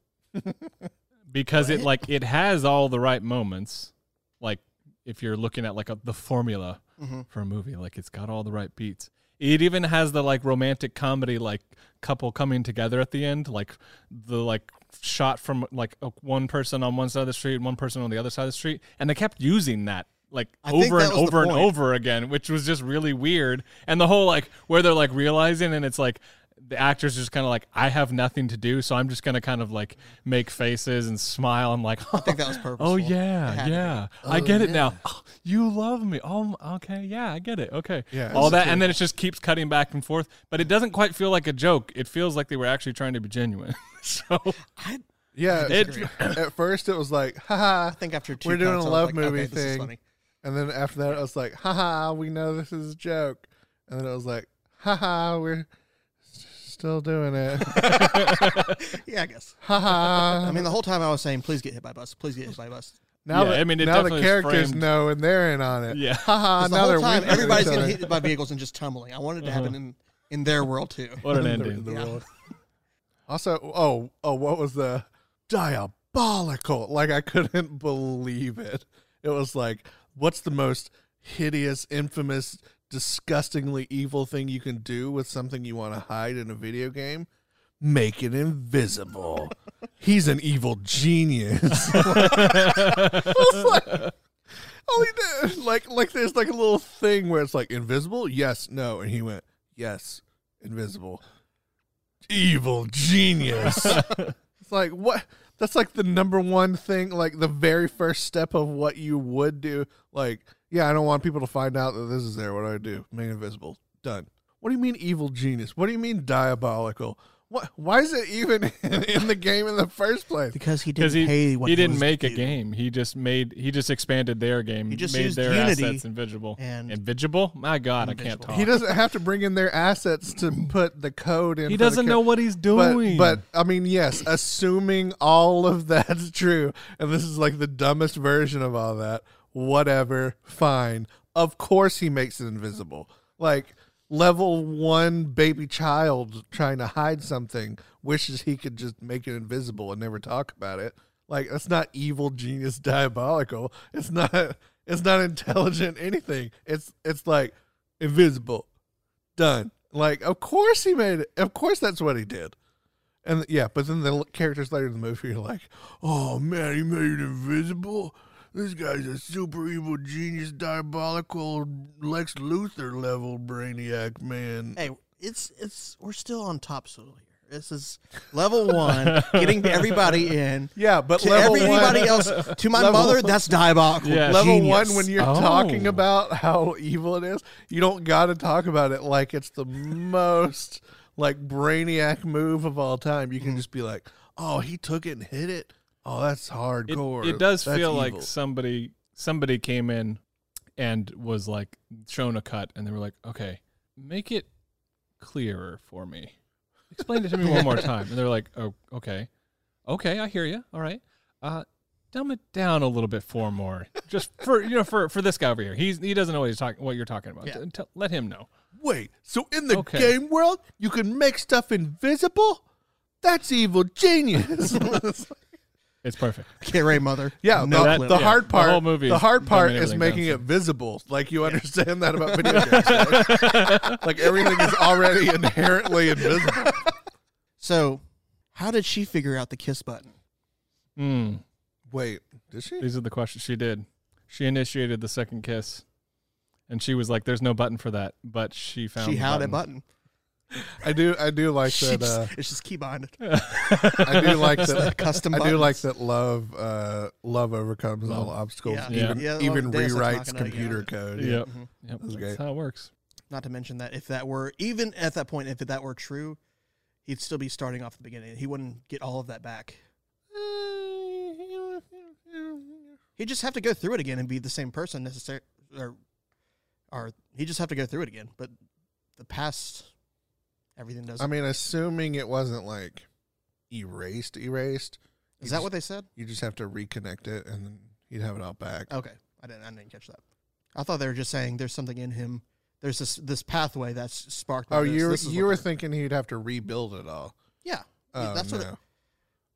because it What? like it has all the right moments. Like if you're looking at like a, the formula Mhm. for a movie, like it's got all the right beats. It even has the like romantic comedy like couple coming together at the end, like the like shot from like a- one person on one side of the street, and one person on the other side of the street, and they kept using that like I think over that and was the over and point. over again, which was just really weird. And the whole like where they're like realizing, and it's like the actors just kind of like I have nothing to do, so I'm just gonna kind of like make faces and smile and like I think that was purposeful. Oh It had yeah, to be. yeah. I Oh, get it yeah. now. Oh, you love me. Oh, m- okay. Yeah, I get it. Okay. Yeah, All it's that, and then it just keeps cutting back and forth. But it doesn't quite feel like a joke. It feels like they were actually trying to be genuine. so I, Yeah. it, at first, it was like, haha. I think after two We're doing counts, a I was love like, movie okay, this is thing. funny. And then after that, it was like, haha, we know this is a joke. And then it was like, haha, we're s- still doing it. Yeah, I guess. haha. I mean, the whole time I was saying, "Please get hit by a bus. Please get hit by a bus." now Yeah, that, I mean, it now the definitely is characters framed- know and they're in on it. Yeah. Haha, 'Cause the now they're whole time, winking at everybody's each getting other. hit by vehicles and just tumbling. I wanted to have it Uh-huh. in in their world too. what an The- ending. the Yeah. world. Also, oh, oh, what was the diabolical? Like I couldn't believe it. It was like, what's the most hideous, infamous, disgustingly evil thing you can do with something you want to hide in a video game? Make it invisible. He's an evil genius. I was like, all Oh, he did, like, like there's like a little thing where it's like invisible, yes, no, and he went yes, invisible, evil genius. it's like what? That's like the number one thing, like the very first step of what you would do. Like, yeah, I don't want people to find out that this is there. What do I do? Make it invisible. Done. What do you mean evil genius? What do you mean diabolical? What? Why is it even in, in the game in the first place? Because he didn't Because he, pay what he didn't was make a due. game. He just made he just expanded their game. He just made used their Unity assets invisible. and- invisible? My God, I can't Invisible. talk. He doesn't have to bring in their assets to put the code in. He for the doesn't ca- know what he's But, doing. but I mean, yes, assuming all of that's true, and this is like the dumbest version of all that. Whatever, fine. Of course, he makes it invisible. Like level one baby child trying to hide something wishes he could just make it invisible and never talk about it. Like that's not evil, genius, diabolical. It's not. It's not intelligent. Anything. It's it's like invisible done. Like, of course he made it. Of course that's what he did. And yeah, but then the l- characters later in the movie are like, oh man, he made it invisible. This guy's a super evil genius, diabolical Lex Luthor level brainiac man. Hey, it's it's we're still on top soil here. This is level one, getting everybody in. Yeah, but To level everybody one, else, to my Level- mother, that's diabolical. Yeah. level Genius. one, when you're Oh. talking about how evil it is, you don't got to talk about it like it's the most like brainiac move of all time. You can Mm. just be like, oh, he took it and hit it. Oh, that's it, hardcore. it does That's feel like evil." somebody somebody came in and was like shown a cut and they were like okay make it clearer for me explain it to me one more time and they're like oh okay okay i hear you all right uh dumb it down a little bit for more just for you know for for this guy over here he's he doesn't know what he's talking what you're talking about Yeah. Tell- let him know Wait, so in the Okay. game world, you can make stuff invisible? That's evil genius. it's perfect Get ready, mother. yeah, no the, clue. the yeah, hard the part. The, whole movie is hard dumbing part is everything making down, it visible. Like you understand that about video games. right? like everything is already inherently invisible. So, how did she figure out the kiss button? mm, Wait, did she? these are the questions she did she initiated the second kiss and she was like there's no button for that but she found she the had a button. button. I do. Um, I do like She that. just- Uh, it's just key behind it. I do like It's that. like custom. I do buttons. like that. Love, uh, love overcomes all obstacles. Yeah. Even, Yeah. Yeah, even Deus Ex rewrites Machina, yeah. computer code. Yep. Yep. was That's great. how it works. Not to mention that if that were even at that point, if that were true, he'd still be starting off the beginning. He wouldn't get all of that back. He'd just have to go through it again and be the same person necessary, or, or he'd just have to go through it again. But the past, everything does. I mean, assuming it wasn't like erased, erased. Is that what they said? you just have to reconnect it, and then you'd have it all back. Okay, I didn't. I didn't catch that. I thought they were just saying there's something in him. There's this this pathway that's sparked. by oh, this. you were This is you what were they're- thinking he'd have to rebuild it all. yeah. Oh, that's no. what it-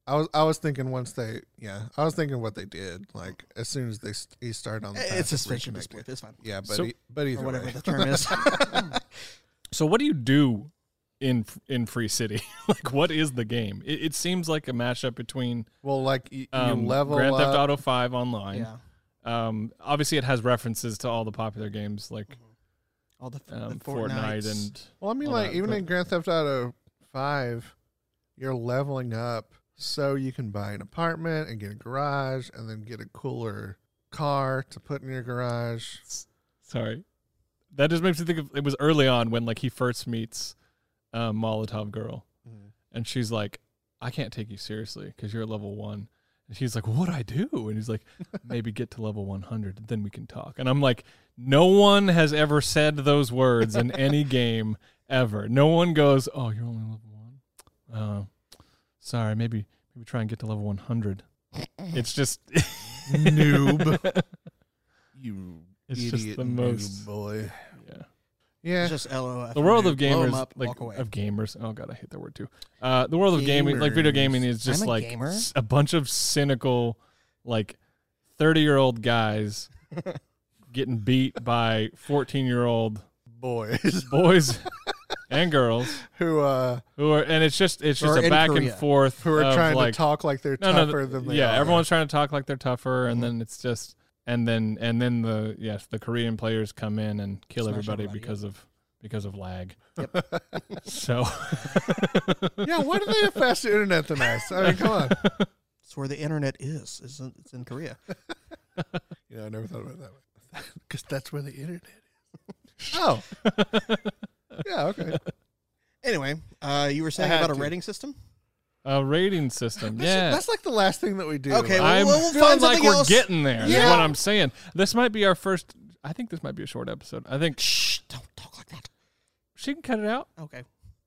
I was I was thinking once they yeah I was thinking what they did like as soon as they s- he started on the It's path a of suspension reconnecting. disbelief. It's fine. Yeah, e, but So- e- but either or whatever way. the term is. So what do you do in in Free City? like what is the game? It, it seems like a mashup between Well, like y- you um, level Grand up. Theft Auto 5 online. Yeah. Um obviously it has references to all the popular games like All the, f- the um, Fortnites. Fortnite and Well, I mean, all like that, even but- in Grand Theft Auto Five, you're leveling up so you can buy an apartment and get a garage, and then get a cooler car to put in your garage. Sorry. That just makes me think of it was early on when like he first meets um, Molotov girl, and she's like, "I can't take you seriously because you're at level one." And she's like, "What I do?" And he's like, "Maybe get to level 100, then we can talk." And I'm like, "No one has ever said those words in any game ever. No one goes, "Oh, you're only level one." Uh, sorry, maybe maybe try and get to level 100. It's just Noob. You It's idiot, just the noob most- boy. yeah. Yeah, It's just LOL. the world dude. of Blow 'em gamers, up, like walk away. of gamers. Oh god, I hate that word too. Uh, the world of gaming, like video Gamers. gaming, is just I'm a like gamer. s- a bunch of cynical, like thirty-year-old guys getting beat by fourteen-year-old boys boys and girls who uh who are, and it's just it's just Or a in back Korea. and forth who are of, trying like, to talk like they're no, no, tougher than they yeah, are. everyone's trying to talk like they're tougher, Mhm. and then it's just and then and then the yes, the Korean players come in and kill Smash everybody, everybody, because of because of lag. so yeah, why do they have faster internet than us? I mean, come on. It's where the internet is. It's in, it's in Korea. You know, I never thought about it that way. Because that's where the internet is. oh. yeah, okay. Anyway, uh, you were saying had about a to. rating system? a rating system, That's, yeah. that's like the last thing that we do. Okay, Like, I'm Well, we'll feeling find like something we're else. getting there. Is Yeah. what I'm saying. This might be our first. I think this might be a short episode. I think Shh, don't talk like that. she can cut it out. Okay.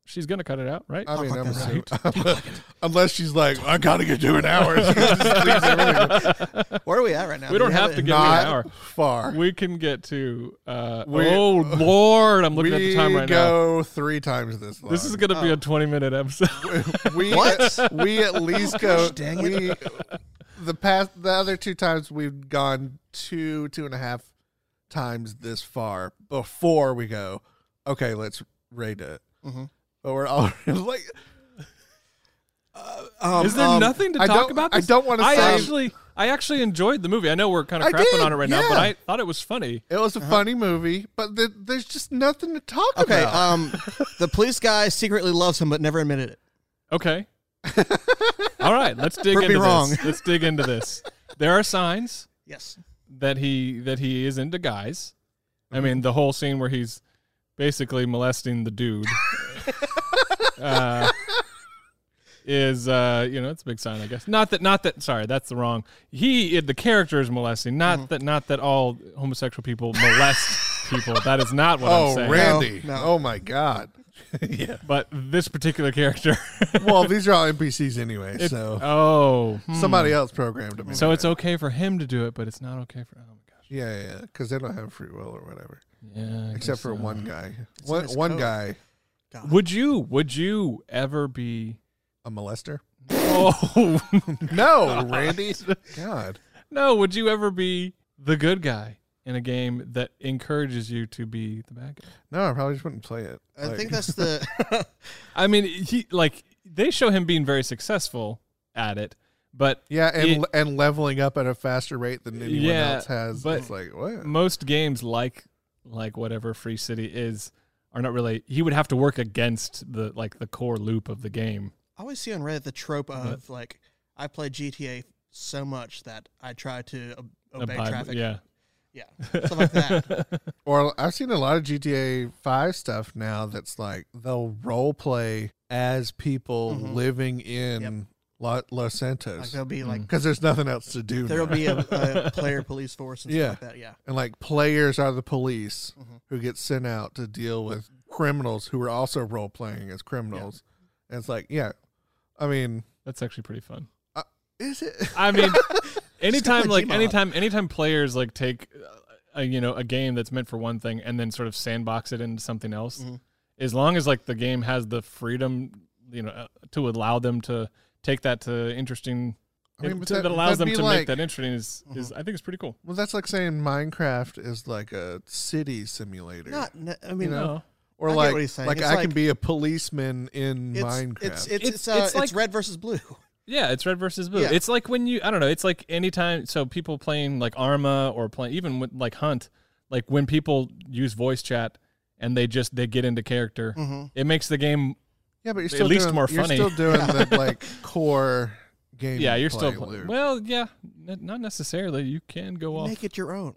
She's gonna cut it out, right? I mean, Talk I'm like assuming, unless she's like, I gotta get to an hour. She just leaves everything. Where are we at right now? We don't you have it? to get- an hour. Not far. we can get to. Uh, We- oh Lord, I'm looking at the time We right now. go three times this long. This is gonna be Oh. a 20 minute episode. we What? Oh, we at least go. dang we, the past the other two times we've gone two two and a half times this far before we go. Okay, let's rate it. Mhm. But we're already like uh, Um, Is there um, nothing to I talk don't- about? I This? don't wanna I say- actually, I actually enjoyed the movie. I know we're kind of I crapping did, on it right now, but yeah. I thought it was funny. it was a funny movie, but th- there's just nothing to talk Uh-huh. Okay. about. Um, the police guy secretly loves him but never admitted it. Okay. All right, let's dig Prove me into wrong. this. Let's dig into this. There are signs Yes. that he that he is into guys. I Mm-hmm. mean, the whole scene where he's basically molesting the dude uh, is uh, you know it's a big sign, I guess. Not that, not that. Sorry, that's the wrong. He the character is molesting. Not Mm-hmm. that, not that all homosexual people molest people. That is not what I'm oh, saying. Randy! No, no. Oh my God! yeah. But this particular character. Well, these are all NPCs anyway, it- so oh, hmm. somebody else programmed them. So anyway. it's okay for him to do it, but it's not okay for. Oh my gosh. yeah, yeah, because they don't have free will or whatever. Yeah. I except guess for so. one guy. It's in One, his one code. guy, God. Would you? Would you ever be? a molester. Oh No, Randy. God, No, would you ever be the good guy in a game that encourages you to be the bad guy? no, I probably just wouldn't play it. I Like, think that's the. I mean, he like they show him being very successful at it, but yeah, and it- le- and leveling up at a faster rate than anyone Yeah, else has. but- it's like what? most games like like whatever Free City is are not really he would have to work against the like the core loop of the game. I always see on Reddit the trope of like, I play GTA so much that I try to ob- obey Abide- Oh, traffic. Yeah. Yeah. Stuff like that. Or I've seen a lot of GTA Five stuff now that's like they'll role play as people Mhm. living in Lo- Los Like Santos there'll Mm. be like because there's nothing else to do. there'll now. be a, a player police force and stuff Yeah. like that. Yeah. and like players are the police Mhm. who get sent out to deal Mm-hmm. with criminals who are also role playing as criminals. And it's like, yeah, I mean, That's actually pretty fun. is it? I mean, anytime Scott like Gmod. anytime anytime players like take uh, a, you know a game that's meant for one thing and then sort of sandbox it into something else, Mm-hmm. Mhm. as long as like the game has the freedom, you know, uh, to allow them to take that to interesting. I mean, but to- that, that- allows that'd them be to make like- Mm-hmm. that interesting is, is I think it's pretty cool. Well, that's like saying Minecraft is like a city simulator. Not. ne- I mean, No. Or I get like, what he's saying. like It's I like- can be a policeman in It's, Minecraft. It's it's It's- it's, uh, it's it's, like- red versus blue. Yeah, it's red versus blue. Yeah. It's like when you I don't know, it's like anytime so people playing like Arma or playing even with like Hunt, like when people use voice chat and they just they get into character, Mm-hmm. it makes the game yeah, but you're at still least doing, more you're funny. still doing the like core game. Yeah, you're still play, pl- Luke. Well, yeah, n- not necessarily. You can go off. Make it your own.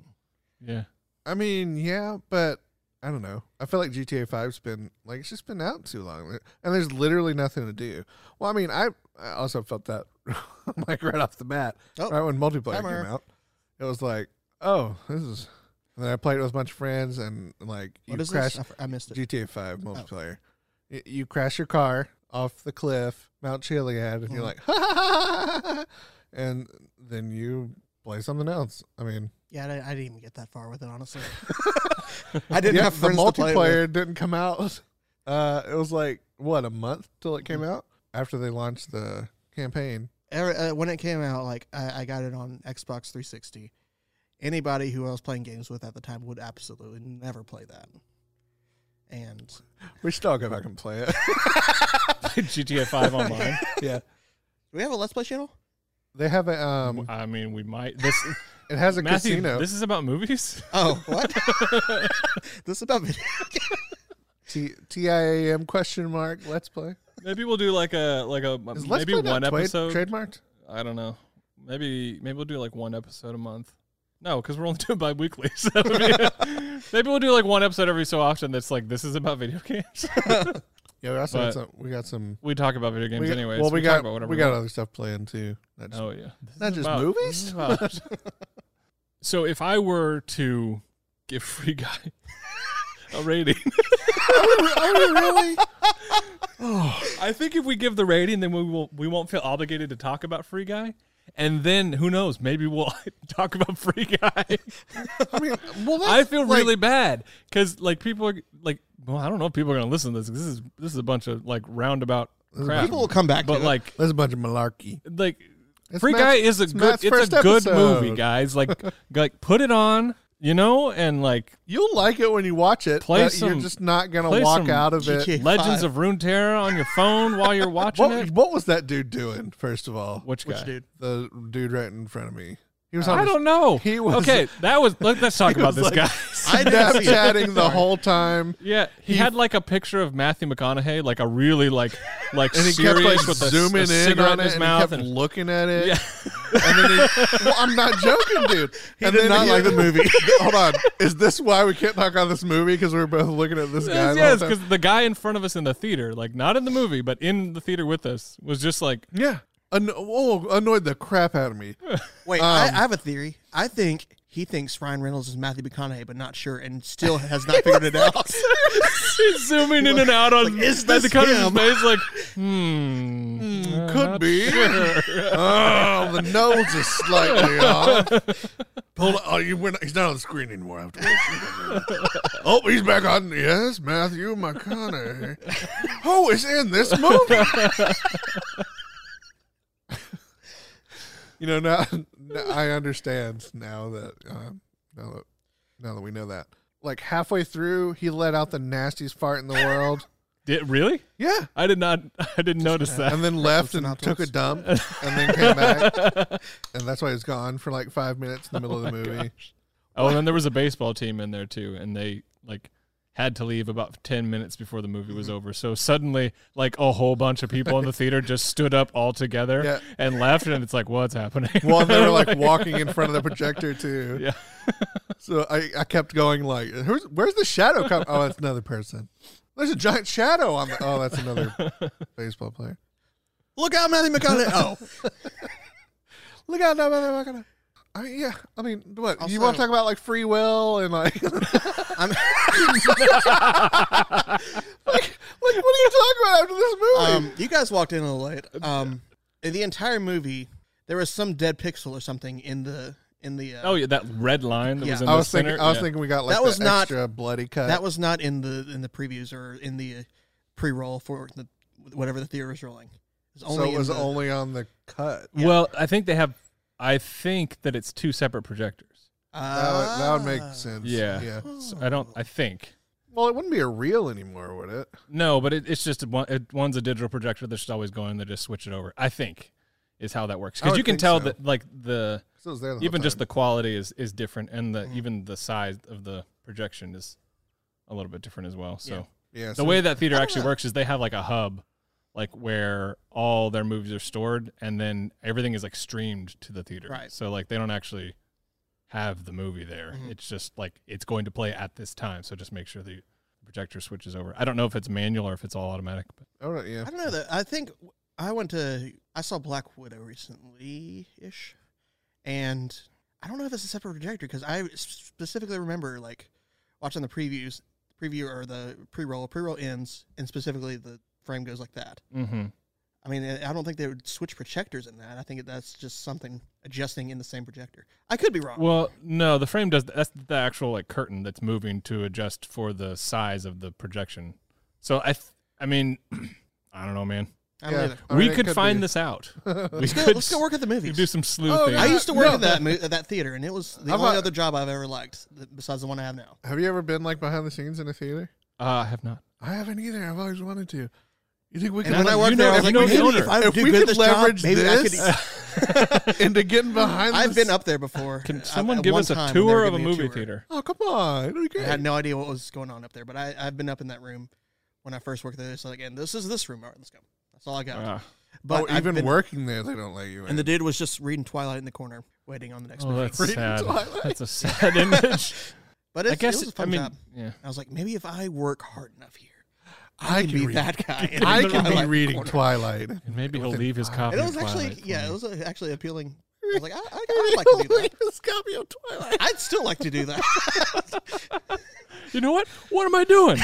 Yeah. I mean, yeah, but I don't know. I feel like GTA Five's been like it's just been out too long, eh, and there's literally nothing to do. Well, I mean, I, I also felt that like right off the bat, Oh, right when multiplayer bummer. came out, it was like, oh, this is. And then I played it with a bunch of friends, and like you What is crash this? I, f- I missed it. Oh. GTA Five multiplayer, Y- you crash your car off the cliff, Mount Chiliad, and you're Mhm. like, ha ha Mm-hmm. ha, and then you play something else. I mean. Yeah, I, didn't- I didn't even get that far with it, honestly. I didn't yeah, have the friends to play it with. multiplayer didn't come out. Uh, it was like what a month till it came out after they launched the campaign. Every- uh, when it came out, like I, I got it on Xbox 360. Anybody who I was playing games with at the time would absolutely never play that. And We should all go back and play it. GTA 5 online. yeah, do we have a Let's Play channel? they have a um. I mean, we might. This It has a Matthew, casino. this is about movies? Oh, what? this is about video. T T I A M question mark. Let's play. Maybe we'll do like a like a Is Let's Um, maybe Play not one twa- episode. trademarked? I don't know. Maybe maybe we'll do like one episode a month. No, because we're only doing bi-weekly. So I mean, maybe we'll do like one episode every so often. That's like this is about video games. Yeah, we also But- got some. We got some. we talk about video games we, anyways. well, we, talk got about whatever we got other stuff playing too. Not just, Oh yeah, This not is just about- movies? this is about- so if I were to give Free Guy a rating, Are we really? oh, I think if we give the rating, then we will we won't feel obligated to talk about Free Guy. And then who knows? Maybe we'll talk about Free Guy. I mean, well, that's, I feel like, really bad because like people are like, well, I don't know if people are gonna listen to this. 'cause This is this is a bunch of like roundabout crap. People will come back. but to it. like That's a bunch of malarkey. like It's Free Matt's- Guy is a it's good Matt's it's first a good episode. movie, guys. Like g- like put it on, you know, and like You'll like it when you watch it, Play but some- you're just not gonna play walk some out of it. GTA. Legends Five. of Runeterra on your phone while you're watching What, it. what was that dude doing? First of all, Which guy? which dude? the dude right in front of me. He was on. I don't know. He was- okay. That was let, us talk about this was guy. like- Snapchatting the whole time. Yeah, he, had like a picture of Matthew McConaughey, like a really like like And he serious kept like with a, zooming a in cigarette on in it, his and he mouth kept and looking at it. yeah. And then he, well, I'm not joking, dude. He and did not like the movie. Hold on, is this why we can't talk on this movie? Because we were both looking at this guy. the Yes, whole yes, time? because the guy in front of us in the theater, like not in the movie, but in the theater with us, was just like, yeah, Anno- oh, annoyed the crap out of me. Wait, Um, I, I have a theory. I think he thinks Ryan Reynolds is Matthew McConaughey, but not sure, and still has not figured it out. he's zooming in and out on Like, is Matthew this McConaughey's him? face, like, hmm, uh, Could not be. oh, the nose is slightly off. Hold on. Oh, you went, he's not on the screen anymore. I have to watch it. oh, he's back on. Yes, Matthew McConaughey. Who is in this movie? you know, now, now I understand now that um, now that now that we know that. Like halfway through, he let out the nastiest fart in the world. Did, really? Yeah I did not. I didn't notice that. and then left and took a dump and then came back and that's why he was gone for like five minutes in the middle of the movie Oh, and then there was a baseball team in there too, and they like had to leave about 10 minutes before the movie Mm-hmm. was over so suddenly like a whole bunch of people in the theater just stood up all together Yeah. and left and it's like what's happening well they were like walking in front of the projector too yeah so I, I kept going like Who's, where's the shadow come oh that's another person there's a giant shadow on the oh that's another baseball player Look out, Matthew McConaughey! Oh, look out no, no, no, no, no. I mean, yeah, I mean, what you Also- want to talk about like free will and like, like, I'm, like, what are you talking about after this movie? um, you guys walked in a little late. Um, in the entire movie, there was some dead pixel or something in the in the. Uh, oh yeah that red line that was Yeah. in I the was center thinking, I was yeah. thinking we got like That was the not- extra bloody cut. That was not in the in the previews or in the uh, pre-roll for the whatever the theater was rolling. It was so it in was the- only on the cut. Yeah. Well, I think they have. I think that it's two separate projectors. That would, that would Ah. make sense. Yeah. Yeah. I don't. I think. Well, it wouldn't be a reel anymore, would it? No, but it, it's just a one, it, one's a digital projector that's just always going. They just switch it over. I think is how that works I because would you can think tell so. that like the 'Cause it was there the whole even just time. the quality is is different, and the even the size of the projection is a little bit different as well. So Yeah. yeah, the way that theater actually works is they have like a hub, like where all their movies are stored, and then everything is like streamed to the theater. Right. So like they don't actually have the movie there. Mhm. It's just like it's going to play at this time. So just make sure the projector switches over. I don't know if it's manual or if it's all automatic. But oh, right, yeah. I don't know that. I think I went to I saw Black Widow recently ish, and I don't know if it's a separate projector because I specifically remember like watching the previews, preview or the pre roll. Pre roll ends, and specifically the frame goes like that. mm-hmm. I mean, I don't think they would switch projectors in that. I think that's just something adjusting in the same projector. I could be wrong. well, no, the frame does. That's the actual like curtain that's moving to adjust for the size of the projection. So I, th- I mean, I don't know, man. I don't Yeah. either. I mean, we it could, could find be. this out. We Let's go, could let's go work at the You movies. do some sleuthing. Oh, yeah. I used to work No. at that mo- at that theater, and it was the How only about- other job I've ever liked th- besides the one I have now. Have you ever been like behind the scenes in a theater? Uh, I have not. I haven't either. I've always wanted to. You think we And could? when le- I you worked know- there, I was if like, we maybe could- if I if do we good at could this job, leverage maybe I could- this into getting behind. I've this- been up there before. Can uh, someone at give one us a time when they were tour of a giving me movie tour. theater? Oh come on! It'll be I great. had no idea what was going on up there, but I, I've been up in that room when I first worked there. So like, and this is this room. All right, let's go. That's all I got. Ah. but oh, I've even been- working there, they don't let you in. And the dude was just reading Twilight in the corner, waiting on the next oh, movie. that's Reading sad. Twilight. That's a sad image. But I it's, guess. it was a It, I fun mean, job. yeah. I was like, maybe if I work hard enough here, I I can be read- that guy. in I the can Twilight be reading corner. Twilight. And maybe he'll Within leave his five- copy. And it of was actually, Twilight for yeah, it me. was uh, actually appealing. I was like, I, I, I'd like to do that. This copy of Twilight. I'd still like to do that. You know what? What am I doing?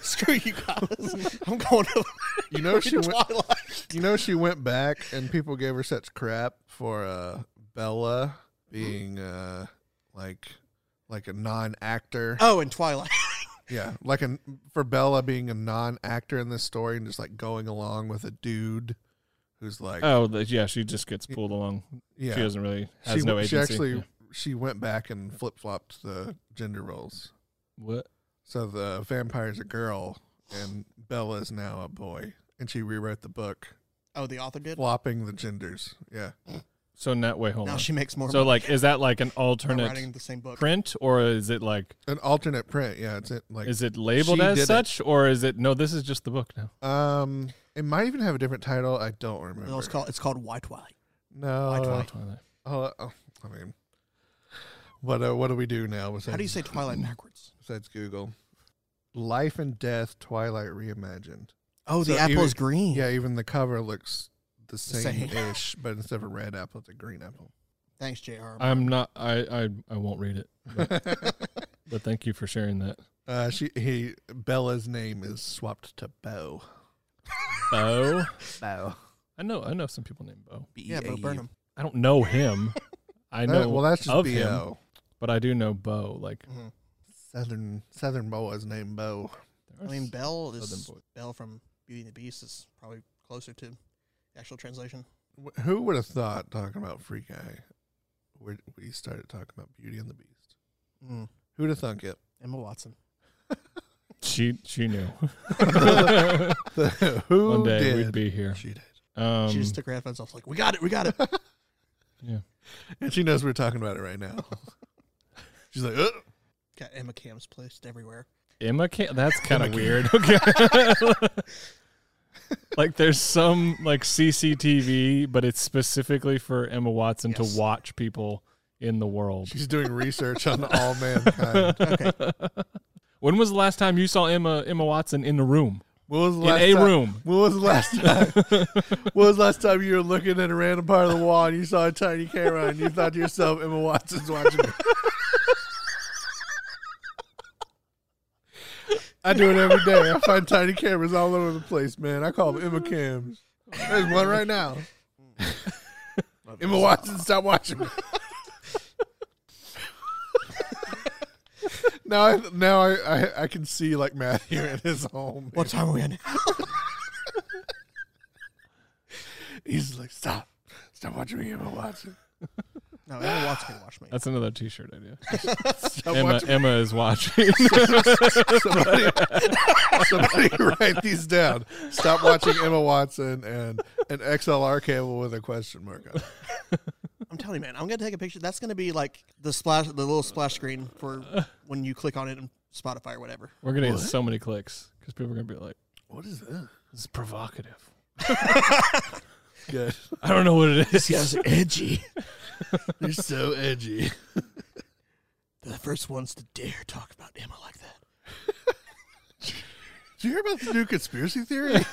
Screw you guys. I'm going to You know she went. Twilight. You know she went back, and people gave her such crap for uh, Bella being uh, like like a non-actor. Oh, and Twilight. Yeah, like a for Bella being a non-actor in this story and just like going along with a dude who's like, Oh, the, yeah. She just gets pulled along. yeah, She doesn't really has She no w- agency. she actually Yeah. she went back and flip flopped the gender roles. What? So the vampire's a girl and Bella is now a boy, and she rewrote the book, Oh, the author did. flopping the genders. Yeah, So not wait. Hold now on. she makes more. So money like, is that like an by writing alternate the same book. print, or is it like, an alternate print. Yeah, it's it like is it labeled she as did it. such, or is it no? This is just the book now. um, it might even have a different title. I don't No, remember. it's called it's called White Twilight. no, White Twilight. Twilight. Oh, oh, I mean, what uh, what do we do now? Besides, How do you say Twilight backwards? besides Google? Life and Death Twilight Reimagined. Oh, the So apple you- is green. Yeah, even the cover looks the Same. same ish, but instead of a red apple, it's a green apple. Thanks, Jr. I'm not. I I I won't read it. But, but thank you for sharing that. Uh, she he Bella's name is swapped to Bo. Bo. Bo. I know. I know some people named Bo. yeah, Bo Burnham. I don't know him. I know. Uh, well, that's just of Bo. him, but I do know Bo. Like, Mhm. Southern Southern boys named Bo. there I are mean, s- Belle Southern is boy. Belle from Beauty and the Beast is probably closer to the actual translation. Wh- Who would have thought talking about Free Guy? where We started talking about Beauty and the Beast. Who'd have thunk it? Mm, Emma Watson. she she knew. Who One day did? we'd be here. She did. Um, she just took her headphones off, like we got it, we got it. And she knows we're talking about it right now. She's like, Ugh. got Emma cams placed everywhere. Emma. Cam- that's kind of Emma Cam. weird. Okay. like, there's some like CCTV, but it's specifically for Emma Watson Yes. to watch people in the world. she's doing research on all mankind. Okay, When was the last time you saw Emma Emma Watson in the room? What was the In last a time? room. When was the last time? when was the last time you were looking at a random part of the wall and you saw a tiny camera and you thought to yourself, Emma Watson's watching me? I do it every day. I find tiny cameras all over the place, man. I call them Emma cams. There's one right now. Emma Watson, stop watching me. now, I, now I, I, I can see like Matthew at his home. what time are we in? He's like, stop, stop watching me, Emma Watson. No, Emma Watts can watch me. That's another T-shirt idea. So Emma, watch- Emma is watching. somebody, somebody write these down. Stop watching Emma Watson and an XLR cable with a question mark on it. I'm telling you, man, I'm gonna take a picture. That's gonna be like the splash, the little splash screen for when you click on it in Spotify or whatever. We're gonna get so many clicks because people are gonna be like, What is that? "This is provocative." Good. I don't know what it is. edgy. You're so edgy. They're the first ones to dare talk about Emma like that. Did you hear about the new conspiracy theory?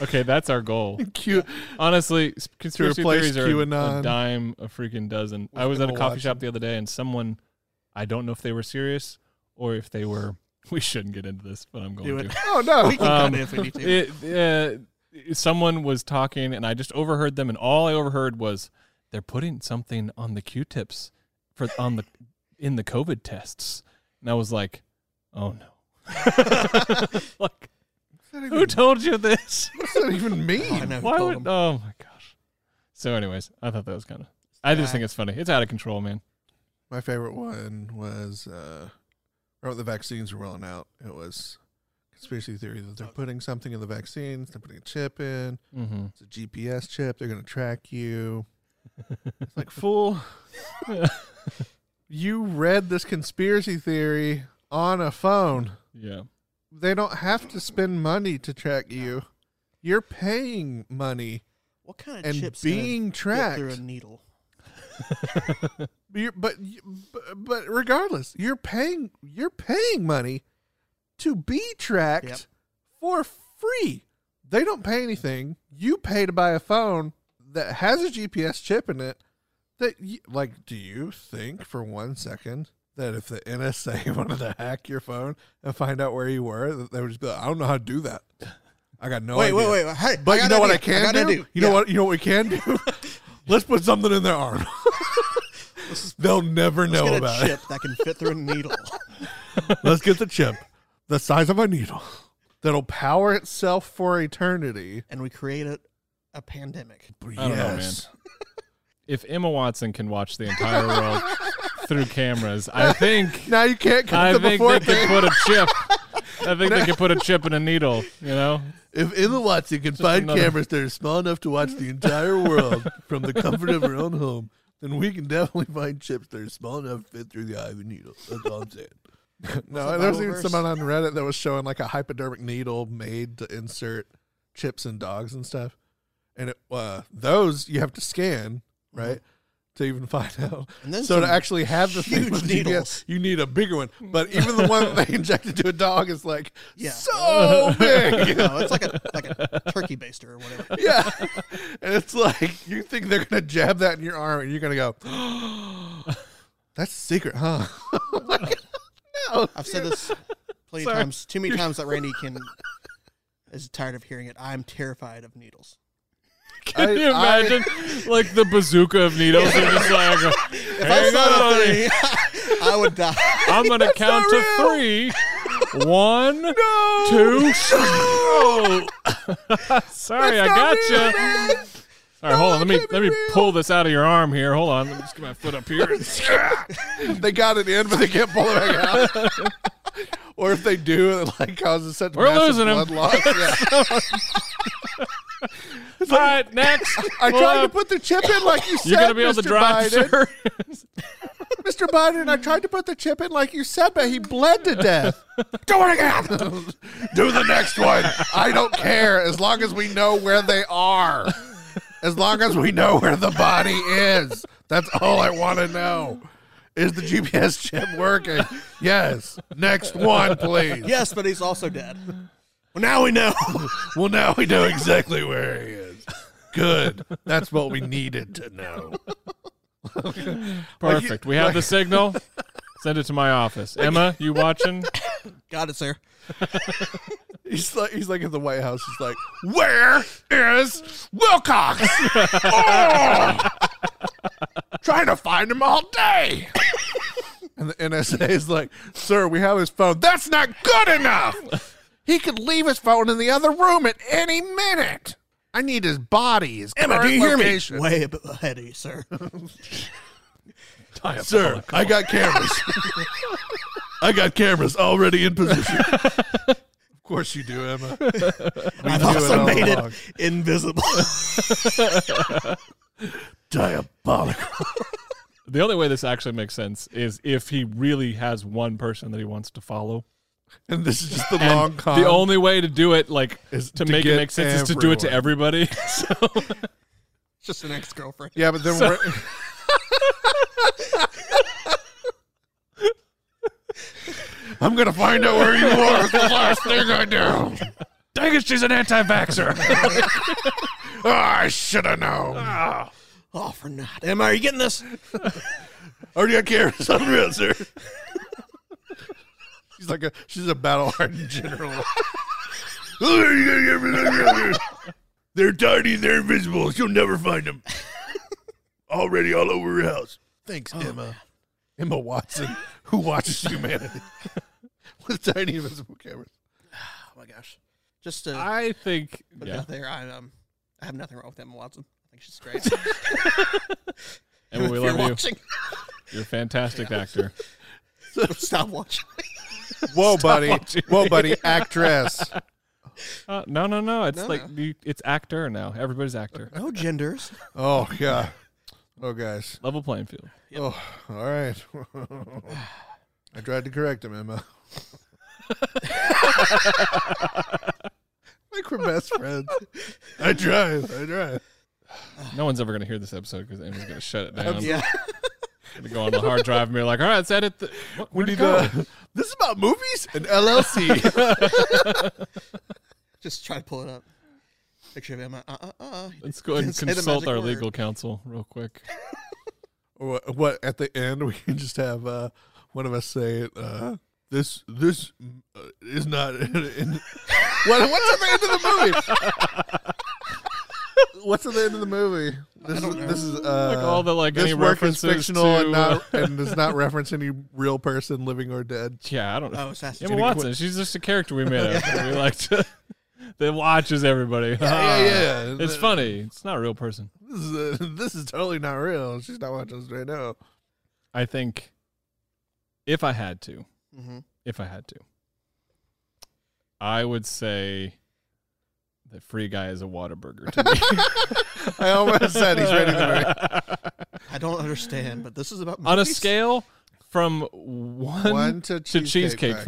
Okay, that's our goal. Cute. Honestly, s- conspiracy replace theories are a- QAnon a dime a freaking dozen. with I oh, was at a Emma coffee shop the other day, and someone, I don't know if they were serious or if they were. We shouldn't get into this, but I'm going Do to. it. Oh no. We can Um, cut it if we need to. It, uh, someone was talking, and I just overheard them, and all I overheard was they're putting something on the Q-tips for on the in the COVID tests, and I was like, oh no, like What's that who even, told you this? what's that even I mean? know. who Why told would? them. Oh my gosh. So, anyways, I thought that was kind of. I just think it's funny. It's out of control, man. My favorite one was uh, right when the vaccines were rolling out. It was conspiracy theory that they're putting something in the vaccines. They're putting a chip in. Mm-hmm. It's a GPS chip. They're gonna track you. It's like fool. you read this conspiracy theory on a phone. Yeah. They don't have to spend money to track you. You're paying money What kind of and chips gonna being fit through a tracked. needle? You're, but you- bu- but regardless, you're paying you're paying money to be tracked Yep. for free. They don't pay anything. You pay to buy a phone that has a GPS chip in it. That you, like, do you think for one second that if the NSA wanted to hack your phone and find out where you were, that they would just be like, I don't know how to do that. I got no wait, idea. wait, wait, wait. Hey, But you got know an what I idea. can got do? an idea. You know Yeah. what? You know what we can do? Let's put something in their arm. They'll never know Get about a chip that can fit through a needle. it. Let's get the chip, the size of a needle, that'll power itself for eternity. and we create a, a pandemic. Yes. know, man. If Emma Watson can watch the entire world through cameras, I think Now you can't I come to think before they thing. could put a chip. I think they could put a chip in a needle. You know, If Emma Watson can find another- cameras that are small enough to watch the entire world from the comfort of her own home, then we can definitely find chips that are small enough to fit through the eye of a needle. That's all I'm saying. no, that there was Bible even verse? someone on Reddit that was showing like a hypodermic needle made to insert chips in dogs and stuff, and it, uh, those you have to scan right to even find out. And then So to some actually have the thing huge with GPS, needles. you need a bigger one. But even the one that they injected to a dog is like Yeah. so big. No, it's like a like a turkey baster or whatever. Yeah. And it's like, you think they're going to jab that in your arm and you're going to go, that's secret, huh? Like, no. I've said this plenty of Sorry. times, too many times that Randy can is tired of hearing it. I'm terrified of needles. can I- you I- imagine like the bazooka of needles? They're just like, hang saw on, that thing, I would die. I'm gonna count to not three. One, two. Sorry, I got That's gotcha. not real, you. man. All right, hold on. that Let me can't be let me real. pull this out of your arm here. Hold on. Let me just get my foot up here. They got it in, but they can't pull it back out. or if they do, it like causes such We're massive losing 'em. blood loss. Yeah. All right, next. I Well, tried uh, to put the chip in like you said, You're gonna be able Mr. to drive, Biden. sir. Mr. Biden, I tried to put the chip in like you said, but he bled to death. Do it again. Do the next one. I don't care as long as we know where they are. As long as we know where the body is. That's all I want to know. Is the GPS chip working? Yes. Next one, please. Yes, but he's also dead. Well, now we know. Well, now we know exactly where he is. Good. That's what we needed to know. Perfect. We have the signal. Send it to my office. Emma, you watching? Got it, sir. He's like he's like at the White House. He's like, where is Wilcox? Oh! Trying to find him all day. And the NSA is like, sir, we have his phone. That's not good enough. He could leave his phone in the other room at any minute. I need his body. His Emma, do you hear me? Way ab- ahead of you, sir. Sir, I got cameras. I got cameras already in position. of course you do, Emma. I've knew it also all made along. it invisible. Diabolical. The only way this actually makes sense is if he really has one person that he wants to follow. And this is just the And long con. the only way to do it, like, Is to, to make it get make sense, is to do it to everybody. so Just an ex girlfriend. yeah, but then we're, I'm gonna find out where you are. It's the last thing I do. dang it, she's an anti-vaxxer. Oh, I should have known. Ah. Oh, for not. Emma, are you getting this? already got cameras on real, sir. she's like a she's a battle hardened general. They're tiny, they're invisible. You'll never find them. Already all over your house. Thanks, Oh, Emma. Emma Watson, who watches humanity with tiny invisible cameras. Oh my gosh. Just to I think put it yeah. out there, I um, I have nothing wrong with Emma Watson. I think she's great. Emma, we If you're love you. watching, You're a fantastic actor. stop watching. Whoa, buddy. watching Whoa, buddy. Actress. Uh, no, no, no. It's No, like You, it's actor now. Everybody's actor. No genders. Oh, yeah. Oh, guys. Level playing field. Oh, all right. I tried to correct him, Emma. like we're best friends. I tried. I tried. No one's ever gonna hear this episode because Amy's gonna shut it down. Yeah. Gonna go on the hard drive and be like, all right, is that it? Th- wh- We where'd it need go? to. uh, This is about movies and LLC. Just try to pull it up. Picture of Emma. Uh uh uh. Let's go ahead and Say the consult magic our word. legal counsel real quick. what, what at the end we can just have uh, one of us say it. Uh, this this uh, is not. In, what, what's at the end of the movie? What's at the end of the movie? This, is this is uh, Like all the like this any work is references fictional to, and, uh, not, and does not reference any real person, living or dead. yeah, I don't know. Oh, Assassin's Emma Creed. Watson, she's just a character we made up. We like to, that watches everybody. Yeah, yeah, yeah. It's funny. It's not a real person. This Ah, is, uh, this is totally not real. She's not watching us right now. I think if I had to, Mhm. if I had to, I would say that Free Guy is a Whataburger to me. I almost said he's ready to I don't understand, but this is about On a movies? scale from one, marry. One to to Cheesecake, Cheesecake Factory.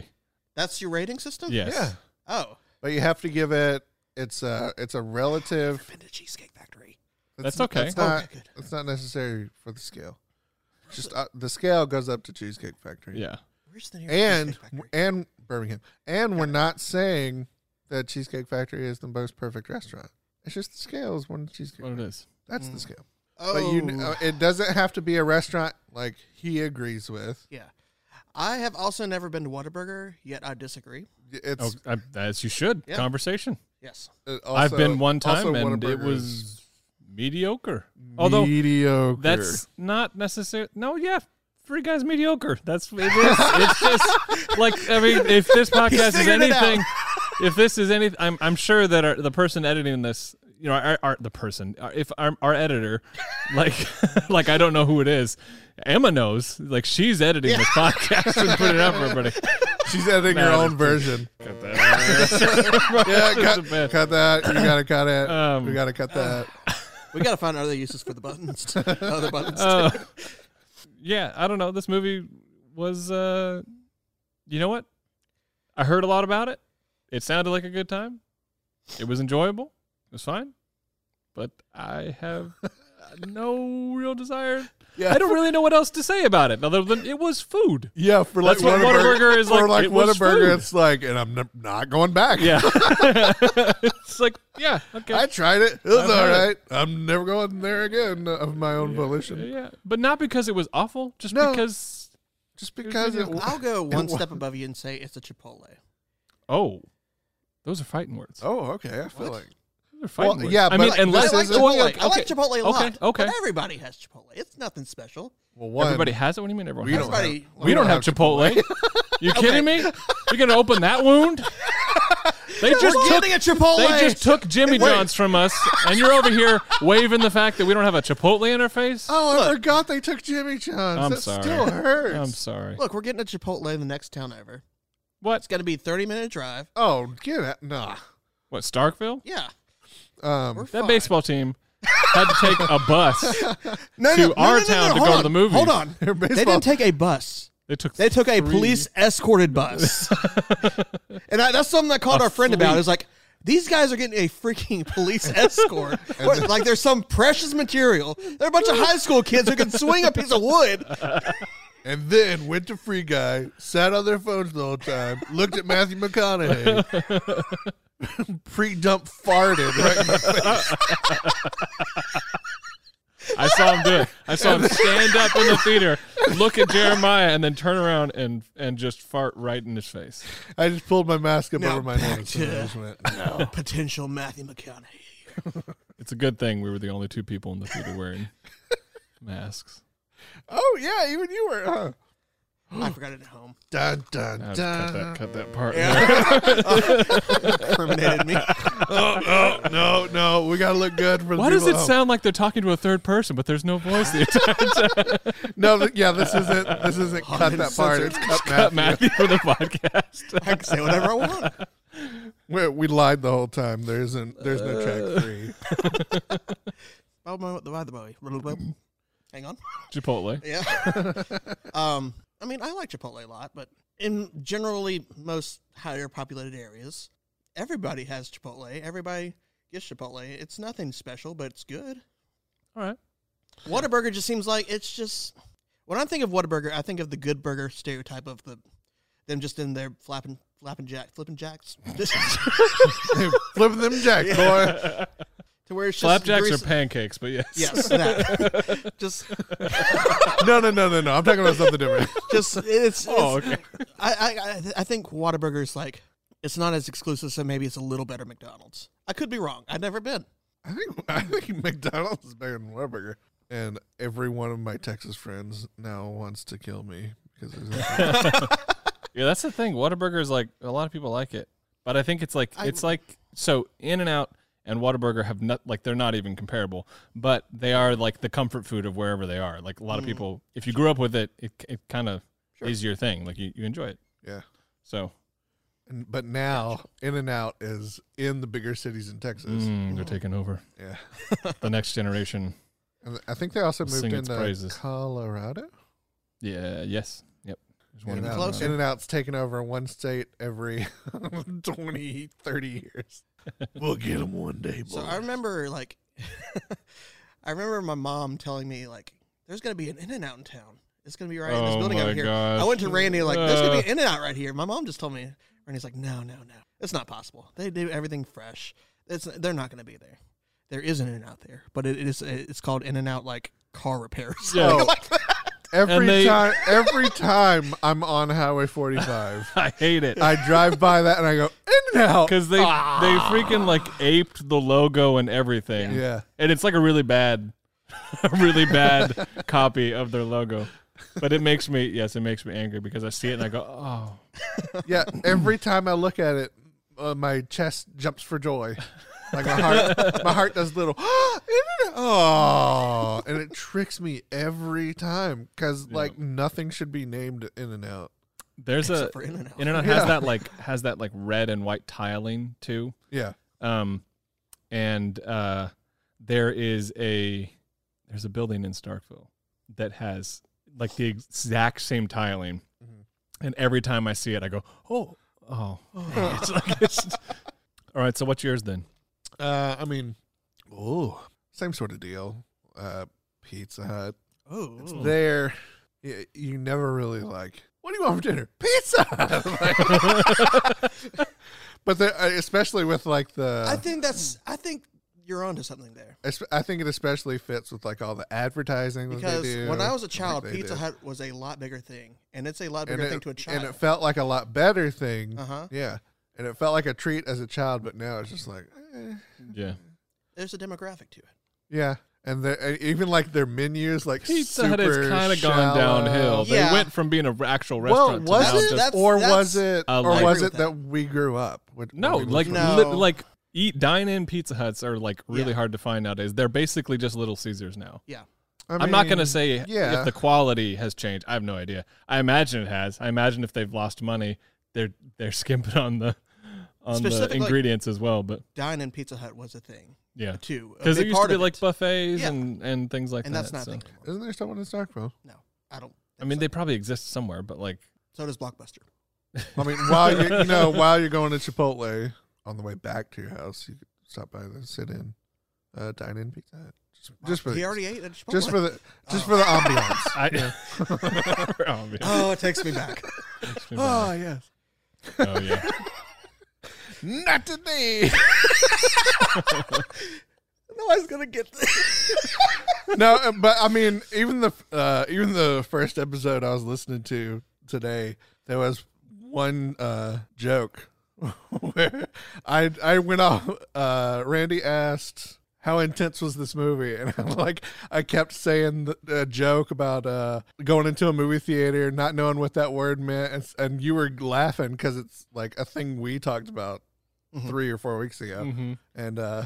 Factory. That's your rating system. Yes. Yeah, Oh. but you have to give it. It's a it's a relative. Been to Cheesecake Factory. That's okay. It's not, Okay, good. it's not necessary for the scale. Just uh, the scale goes up to Cheesecake Factory. Yeah. Where's the nearest and Cheesecake Factory? and Birmingham. And we're not saying that Cheesecake Factory is the most perfect restaurant. It's just the scale is one cheesecake. What it is. That's the Mm. scale. oh, But you, kn- uh, it doesn't have to be a restaurant like he agrees with. yeah. I have also never been to Whataburger, yet I disagree. It's Oh, I, as you should. Yeah. Conversation. Yes. uh, also, I've been one also time and it Whataburger is was mediocre. Although mediocre. that's not necessary. No, yeah. Free guy's mediocre. That's it is. it's just like I mean, if this podcast is figured it out. anything, if this is anything, I'm I'm sure that our, the person editing this, you know, our, our the person, our, if our, our editor, like like I don't know who it is, Emma knows. Like she's editing this podcast and putting it out for everybody. she's editing her Nah, own version. Cut that. Yeah, Just a cut, bit. cut that. You gotta cut it. Um, we gotta cut that. We gotta find other uses for the buttons. other buttons. Uh, yeah, I don't know. This movie was, uh, you know what? I heard a lot about it. It sounded like a good time. It was enjoyable. It was fine. But I have no real desire. Yeah, I don't really know what else to say about it other than it was food. Yeah, for like That's what Whataburger is for like, like it was Whataburger, food. it's like, and I'm n- not going back. Yeah. it's like, yeah, okay. I tried it. It was I've all had it. right. I'm never going there again of my own volition. yeah, but not because it was awful, just No. because. Just because it. I'll go one wa- step above you and say it's a Chipotle. Oh, those are fighting words. Oh, okay. I feel What? like Those are fighting Well, words. yeah, I but mean, this unless I like is a- Chipotle. Well, I like Chipotle a lot. Okay, okay. But everybody has Chipotle. It's nothing special. well, one, Everybody has it. What do you mean everyone? We has don't it? have, Everybody- we, don't have Chipotle. you kidding me? You're gonna open that wound? They just We're took getting a Chipotle. they just took Jimmy John's from us, and you're over here waving the fact that we don't have a Chipotle in our face. Oh, I forgot they took Jimmy John's. I'm that sorry. still hurts. I'm sorry. Look, we're getting a Chipotle in the next town over. What? It's going to be 30 minute drive. oh, get it. Nah. What? Starkville? Yeah. Um, That baseball team had to take a bus. no, to our town to hold go to on. the movies. Hold on. their baseball, They didn't take a bus. They took. They took a three. police escorted bus. and I, that's something I called A our friend about. fleet. It's like, these guys are getting a freaking police escort. What, like there's some precious material. They're a bunch of high school kids who can swing a piece of wood. and then went to Free Guy, sat on their phones the whole time, looked at Matthew McConaughey, pre dump farted right in my face. I saw him do it. I saw him stand up in the theater, look at Jeremiah, and then turn around and and just fart right in his face. I just pulled my mask up Now over my back nose. and I to- just went, Potential Matthew McConaughey. It's a good thing we were the only two people in the theater wearing masks. oh, yeah, even you were. Huh? I forgot it at home. Dun, dun, I have to cut dun. that cut that part. Terminated me. Oh, no, no. We got to look good for the Why does people it at home. sound like they're talking to a third person, but there's no voice? The entire No, th- yeah, this isn't. This isn't cut that part. It's cut, cut Matthew. Matthew for the podcast. I can say whatever I want. We, we lied the whole time. There isn't. There's no Uh. track three. Oh, my, the by the way, hang on. Chipotle. Yeah. um, I mean, I like Chipotle a lot, but in generally most higher populated areas, everybody has Chipotle. Everybody gets Chipotle. It's nothing special, but it's good. All right. Whataburger just seems like it's just. When I think of Whataburger, I think of the good burger stereotype of the them just in there flapping, flapping jack, flipping jacks. Flip them jack, boy. to where it's just Flapjacks grease- or pancakes, but yes. Yes, that. just, No, no, no, no, no. I'm talking about something different. just it's. Oh, it's- okay. I, I- I I think Whataburger is like it's not as exclusive, so maybe it's a little better McDonald's. I could be wrong. I've never been. I think I think McDonald's is better than Whataburger. And every one of my Texas friends now wants to kill me because there's Yeah, that's the thing. Whataburger is like a lot of people like it, but I think it's like I- it's like so In and Out and Whataburger have not like they're not even comparable, but they are like the comfort food of wherever they are. Like a lot of people, if you grew up with it, it, it kind of is your thing. Like you, you enjoy it. yeah. So And, but now In and Out is in the bigger cities in Texas. mm, they're taking over Yeah. the next generation. And I think they also moved Sing its into praises. Colorado. Yeah. Yes. Yep. There's In one and in Out. Closer. In and Out's taken over one state every 20, 30 years. We'll get them one day, boy. So I remember like, I remember my mom telling me like, "There's gonna be an In and Out in town. It's gonna be right in this Oh building my over here." gosh. I went to Randy like, "There's gonna be Uh. an In and Out right here." My mom just told me. Randy's like, "No, no, no. It's not possible. They do everything fresh. It's they're not gonna be there. There is an In and Out there, but it is it's called In and Out like car repairs. Yeah. Like, Every And they- time, every time I'm on Highway 45, I hate it. I drive by that and I go in and out. because they they freaking like aped the logo and everything. Ah. Yeah. and it's like a really bad, a really bad copy of their logo. But it makes me yes, it makes me angry because I see it and I go, oh, Yeah, every time I look at it, uh, my chest jumps for joy. Like my heart, my heart does little. in and out. Oh, and it tricks me every time because like nothing should be named in and out. there's a for In and Out. Internet Yeah. has that like has that like red and white tiling too. Yeah, Um, and uh, there is a there's a building in Starkville that has like the exact same tiling, Mm-hmm. and every time I see it, I go, oh, oh, it's like it's. All right, so what's yours then? uh, I mean, oh, same sort of deal. Uh, Pizza Hut. Oh, It's there. You, you never really like. What do you want for dinner? Pizza. Like- but the, uh, especially with like the, I think that's. I think you're onto something there espe- I think it especially fits with like all the advertising that because they do. when I and, was a like, child, they Pizza do. Hut was a lot bigger thing, and it's a lot and bigger it, thing to a child. and it felt like a lot better thing. Uh-huh. Yeah, and it felt like a treat as a child, but now it's just like, eh, Yeah. There's a demographic to it. yeah. and the- and even like their menus, like Pizza Hut has kind of gone shallow. downhill. Yeah. They went from being an actual Well, restaurant was to now it, just That's- or that's- was it, I or agree was with it that we grew up? with- no, when we like were- No. Li- like eat dine in Pizza Huts are like really Yeah. hard to find nowadays. They're basically just Little Caesars now. I I'm not mean, gonna say yeah. if the quality has changed. I have no idea. I imagine it has. I imagine if they've lost money, they're they're skimping on the on the Specifically- ingredients as well. But Dine in Pizza Hut was a thing yeah, too. A because it big used to part be of like it. buffets Yeah. and and things like and that. that's not a so. thing anymore. Isn't there someone in Starkville? No, I don't. I mean, think they probably exist somewhere, but like so. so does Blockbuster. I mean, while you, you know, while you're going to Chipotle on the way back to your house, you could stop by and sit in, uh, dine in Pizza Hut. Just, just for he the, already ate at Chipotle. just for the just for the ambiance. I. oh, yeah. oh, it takes me back. Makes me oh mad. yes, oh yeah. not today. No, I was gonna get this. no, uh, but I mean, even the uh, even the first episode I was listening to today, there was one uh, joke where I I went off. Uh, Randy asked how intense was this movie, and I'm like, I kept saying the, a joke about uh, going into a movie theater, not knowing what that word meant, and, s- and you were laughing because it's like a thing we talked about Mhm. three or four weeks ago, Mhm. and. uh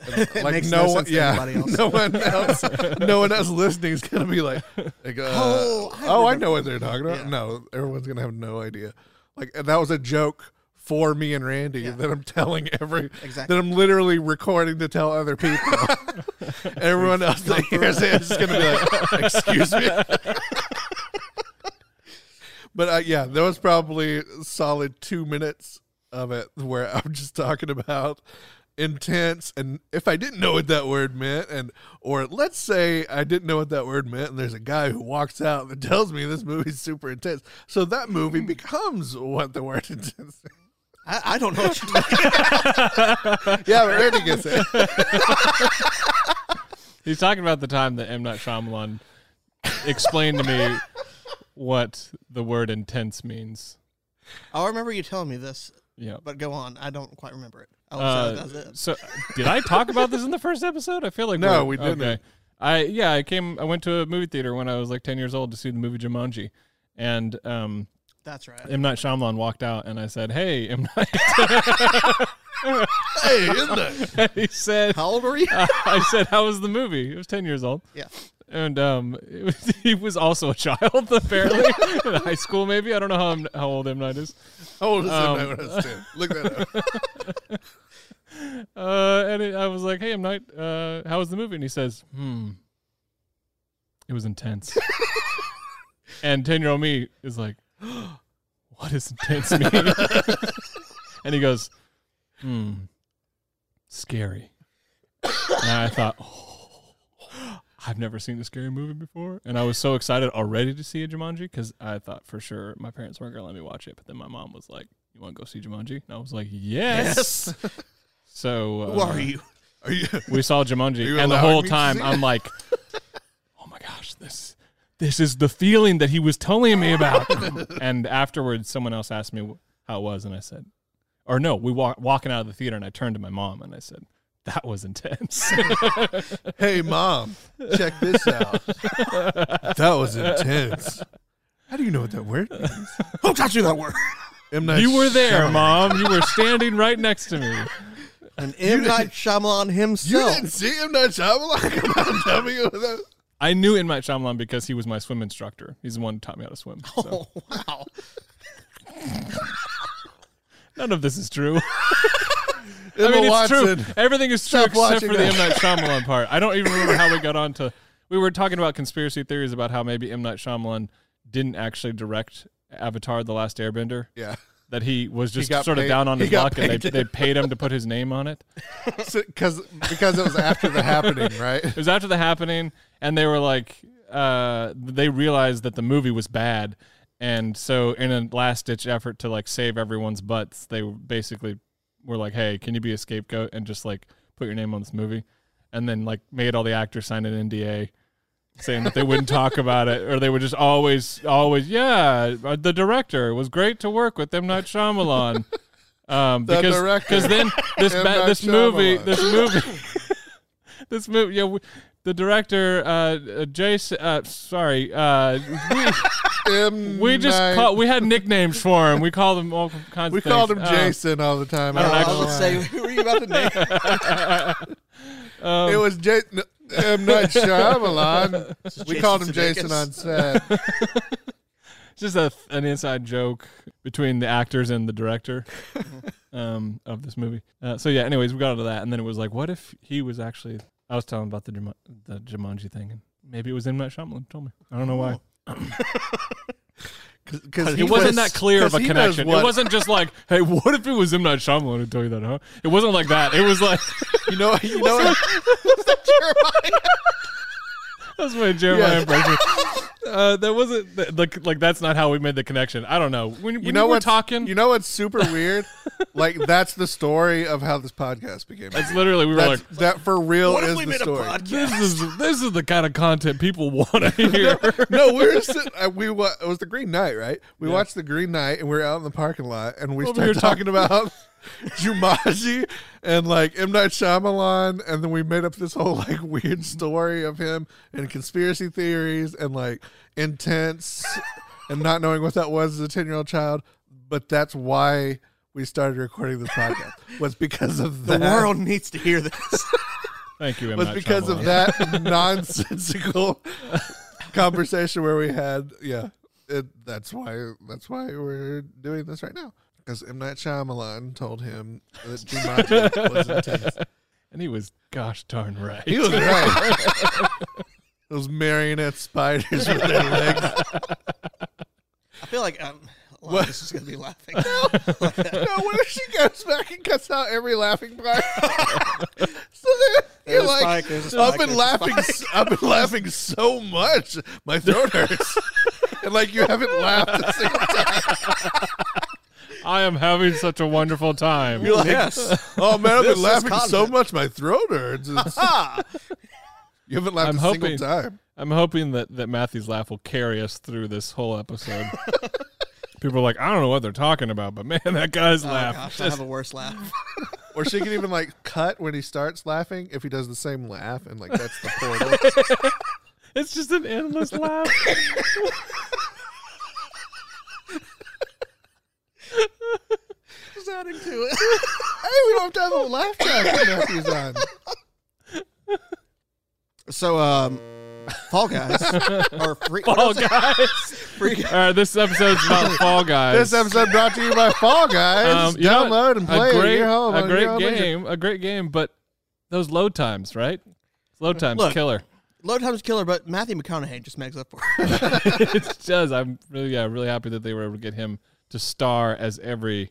Mm-hmm. it like makes no, one, sense to yeah, anybody else. no one else, no one else listening is gonna be like, like, uh, Oh, oh, I I know what they're talking about. Yeah. No, everyone's gonna have no idea. Like and that was a joke for me and Randy Yeah. that I'm telling every Exactly. that I'm literally recording to tell other people. Everyone else that hears it is gonna be like, excuse me. but uh, yeah, there was probably a solid two minutes of it where I'm just talking about intense and if I didn't know what that word meant and or let's say I didn't know what that word meant and there's a guy who walks out and tells me this movie's super intense. So that movie becomes what the word intense. I, I don't know what you're talking. yeah, but Randy gets it. He's talking about the time that M Night Shyamalan explained to me what the word intense means. Oh, I remember you telling me this, Yeah. but go on. I don't quite remember it. I was Uh, that's it. so did I talk about this in the first episode? I feel like No, we're- we didn't. I yeah, I came. I went to a movie theater when I was like ten years old to see the movie Jumanji, and um, That's right. M Night Shyamalan walked out, and I said, "Hey, M Night." Hey, isn't it? he said, How old were you? I said, "How was the movie?" It was ten years old. Yeah. and um, it was, he was also a child apparently in high school. Maybe I don't know how M- how old M Night is. How old is Um, it when I was 10? Look that up. Uh, and it, I was like, "Hey, M Night, uh, how was the movie?" And he says, "Hmm, it was intense." and ten year old me is like, "What does intense mean?" and he goes, "Hmm, scary." and I thought, "Oh, I've never seen a scary movie before," and I was so excited already to see a Jumanji because I thought for sure my parents weren't gonna let me watch it, but then my mom was like, "You want to go see Jumanji?" And I was like, "Yes." So Who uh, are you? Are you? we saw Are you Jumanji, and the allowing whole me to time see I'm like, "Oh my gosh, this this is the feeling that he was telling me about." and afterwards, someone else asked me wh- how it was, and I said, "Or no, we walk, walking out of the theater, and I turned to my mom and I said." That was intense. Hey, mom, check this out. That was intense. How do you know what that word means? Who taught you that word? M. Night you were there, Shyamalan. mom. You were standing right next to me. An M Night Shyamalan You himself. didn't see M. Night Shyamalan come out and tell me what that I knew in my Shyamalan because he was my swim instructor. He's the one who taught me how to swim. So Oh wow! none of this is true. Emma I mean, it's Watson. true. Everything is true Stop except watching for the that. M Night Shyamalan part. I don't even remember how we got on to. We were talking about conspiracy theories about how maybe M Night Shyamalan didn't actually direct Avatar: The Last Airbender. Yeah. That he was just got sort of paid- down on he his got luck, and they, paid. they paid him to put his name on it. So, cause, because it was after the happening, right? It was after the happening, and they were like, uh, they realized that the movie was bad, and so in a last ditch effort to like save everyone's butts, they basically were like, "Hey, can you be a scapegoat and just like put your name on this movie?" And then like made all the actors sign an NDA. Saying that they wouldn't talk about it, or they would just always, always, yeah. uh, The director was great to work with. M Night Shyamalan, um, The because director, because then this M. ba- Night this movie, Shyamalan. this movie, this movie, yeah, we, the director, uh, uh, Jason. Uh, sorry, uh, M. we just Night- call, we had nicknames for him. We called him all kinds. we of things. called him Uh, Jason all the time. I don't don't I know was why. say, who were you about to name? it was Jason. M. Night Shyamalan. we Jason called him Sudeikis. Jason on set. It's just a, an inside joke between the actors and the director um, of this movie. Uh, so yeah, anyways, we got into that, and then it was like, what if he was actually? I was telling about the Juman- the Jumanji thing, and maybe it was in Matt Shyamalan told me. I don't know why. Because It wasn't that clear of a connection. It wasn't just like, hey, what if it was M Night Shyamalan who told you that, huh? It wasn't like that. It was like You know. You know. what- that's my Jeremiah Yeah. impression. Uh, that wasn't th- like like that's not how we made the connection. I don't know. When, when you know were what's talking, You know what's super weird? like that's the story of how this podcast became. that's literally we were That's- like, that for real What is if we the made a story. podcast? this is this is the kind of content people want to hear. no, we were sit- uh, we wa- it was the Green Knight, right? We watched the Green Knight, and we were out in the parking lot, and we Over started here talking talking- about Jumanji and like M Night Shyamalan, and then we made up this whole like weird story of him and conspiracy theories and like intense and not knowing what that was as a ten year old child. But that's why we started recording this podcast was because of The that. world needs to hear this. Thank you, M was Night because of Shyamalan. that nonsensical conversation where we had. Yeah, it, that's why. That's why we're doing this right now. Because M Night Shyamalan told him that Jumanji was intense. And he was gosh darn right. He was right. Those marionette spiders with their legs. I feel like um, a lot of this is going to be laughing. Like, No, what if she goes back and cuts out every laughing part? so then There's you're a like, spike, there's a I've spike, been there's a laughing. spike. s- I've been laughing so much, my throat hurts, and like you haven't laughed a single time. I am having such a wonderful time. You're like, yes. oh man, I've This been is laughing so content. much, my throat hurts. It's- Ah, you haven't laughed I'm a hoping- single time. I'm hoping that, that Matthew's laugh will carry us through this whole episode. People are like, I don't know what they're talking about, but man, that guy's oh, laugh. gosh, I just- have a worse laugh. Or she can even like cut when he starts laughing if he does the same laugh, and like that's the portal. it's just an endless laugh. Just adding to it. hey, we don't have to have a laugh track when Matthew's on. So, um, Fall Guys or free, what Fall else- Oh, Guys. free Guys. All right, this episode's about Fall Guys. This episode brought to you by Fall Guys. Um, you know Download what? and play a it great, at your home. a on great your home internet. game, a great game, but those load times, right? Load times Look. killer. Load Times Killer, but Matthew McConaughey just makes up for it. it does. I'm really, yeah, really happy that they were able to get him to star as every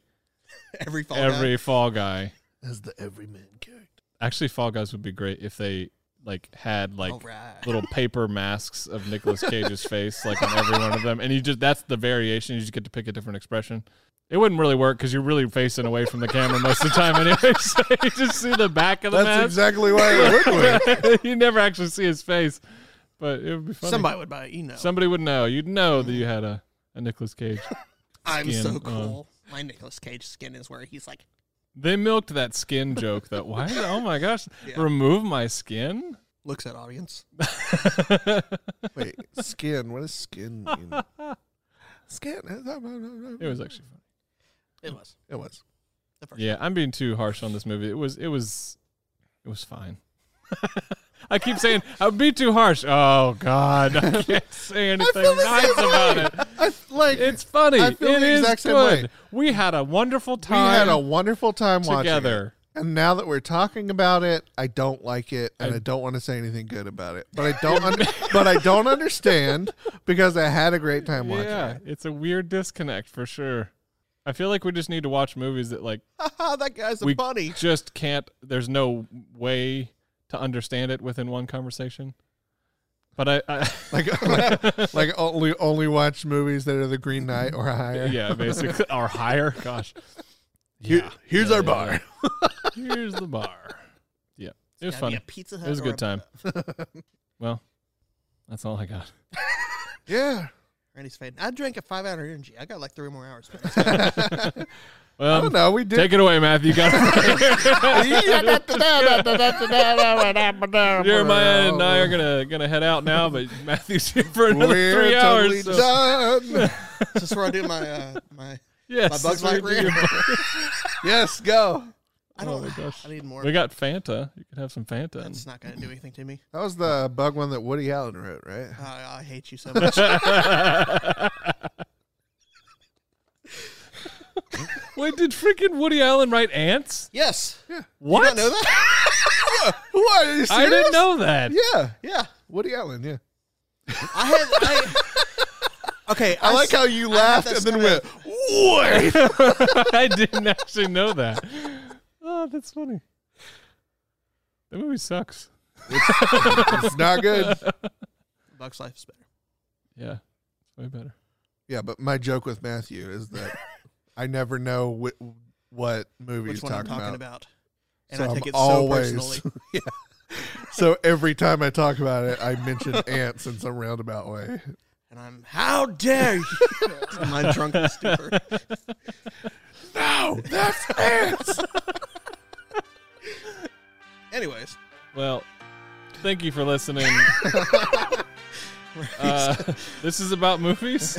every Fall every Guy. Fall Guy. as the everyman character. Actually, Fall Guys would be great if they like had like Oh, All right. little paper masks of Nicolas Cage's face, like on every one of them, and you just that's the variation. You just get to pick a different expression. It wouldn't really work because you're really facing away from the camera most of the time, anyway. So you just see the back of the That's mask. exactly why it worked with. you never actually see his face, but it would be funny. Somebody would buy it, you know. Somebody would know. You'd know that you had a a Nicolas Cage. I'm skin uh, so on. cool. My Nicolas Cage skin is where he's like, They milked that skin joke though. Why? Oh my gosh! Yeah. Remove my skin. looks at audience. Wait, skin. What does skin mean? Skin. It It was actually funny. It was. It was. The first Yeah, I'm being too harsh on this movie. It was it was it was fine. I keep saying I'd be too harsh. Oh God, I can't say anything feel the nice same about way. it. I f- like It's funny. I feel It the is exact same good. way. We had a wonderful we had time a wonderful time watching together. it. and now that we're talking about it, I don't like it, and I, don't want to say anything good about it. But I don't. un- but I don't understand because I had a great time watching. Yeah, it. it's a weird disconnect for sure. I feel like we just need to watch movies that like one. that guy's a we bunny. just can't. There's no way to understand it within one conversation. But I, I Like, like, only only watch movies that are The Green Knight or higher. yeah, basically or higher. Gosh, Here- here's Yeah, our yeah, bar. yeah. Here's the bar. Yeah, it was Gotta fun. be a It pizza Hut was a or good time. well, that's all I got. yeah. Randy's fading. I drank a five hour energy. I got like three more hours. man. I Well, don't know. Oh, We did. Um, Take it away, Matthew. You got it. Jeremiah and I are gonna gonna head out now, but Matthew's here for another We're three totally hours. so- done. This is where I do my uh, my. yes, My Bugs that's what we Lightyear. do. yes, go. I don't. my gosh. I need more. we got Fanta. You can have some Fanta. That's not gonna do anything to me. That was the bug one that Woody Allen wrote, right? Uh, I hate you so much. Wait, did freaking Woody Allen write ants? yes. You What? don't know that? What? Are you I serious? didn't know that. Yeah, Yeah. Woody Allen. Yeah. I had. I, okay. I, like s- how you I laughed have and that then story. went, "Wait." I didn't actually know that. Oh, that's funny. That movie sucks. it's not good. Buck's life is better. Yeah, it's way better. Yeah, but my joke with Matthew is that I never know wh- what movie Which he's one I'm talking, talking about. about? And I So take I'm it so personally. yeah. So every time I talk about it, I mention ants in some roundabout way. And I'm, how dare you? my drunken stupor. No, that's ants. Anyways, Well, thank you for listening. Uh, this is about movies.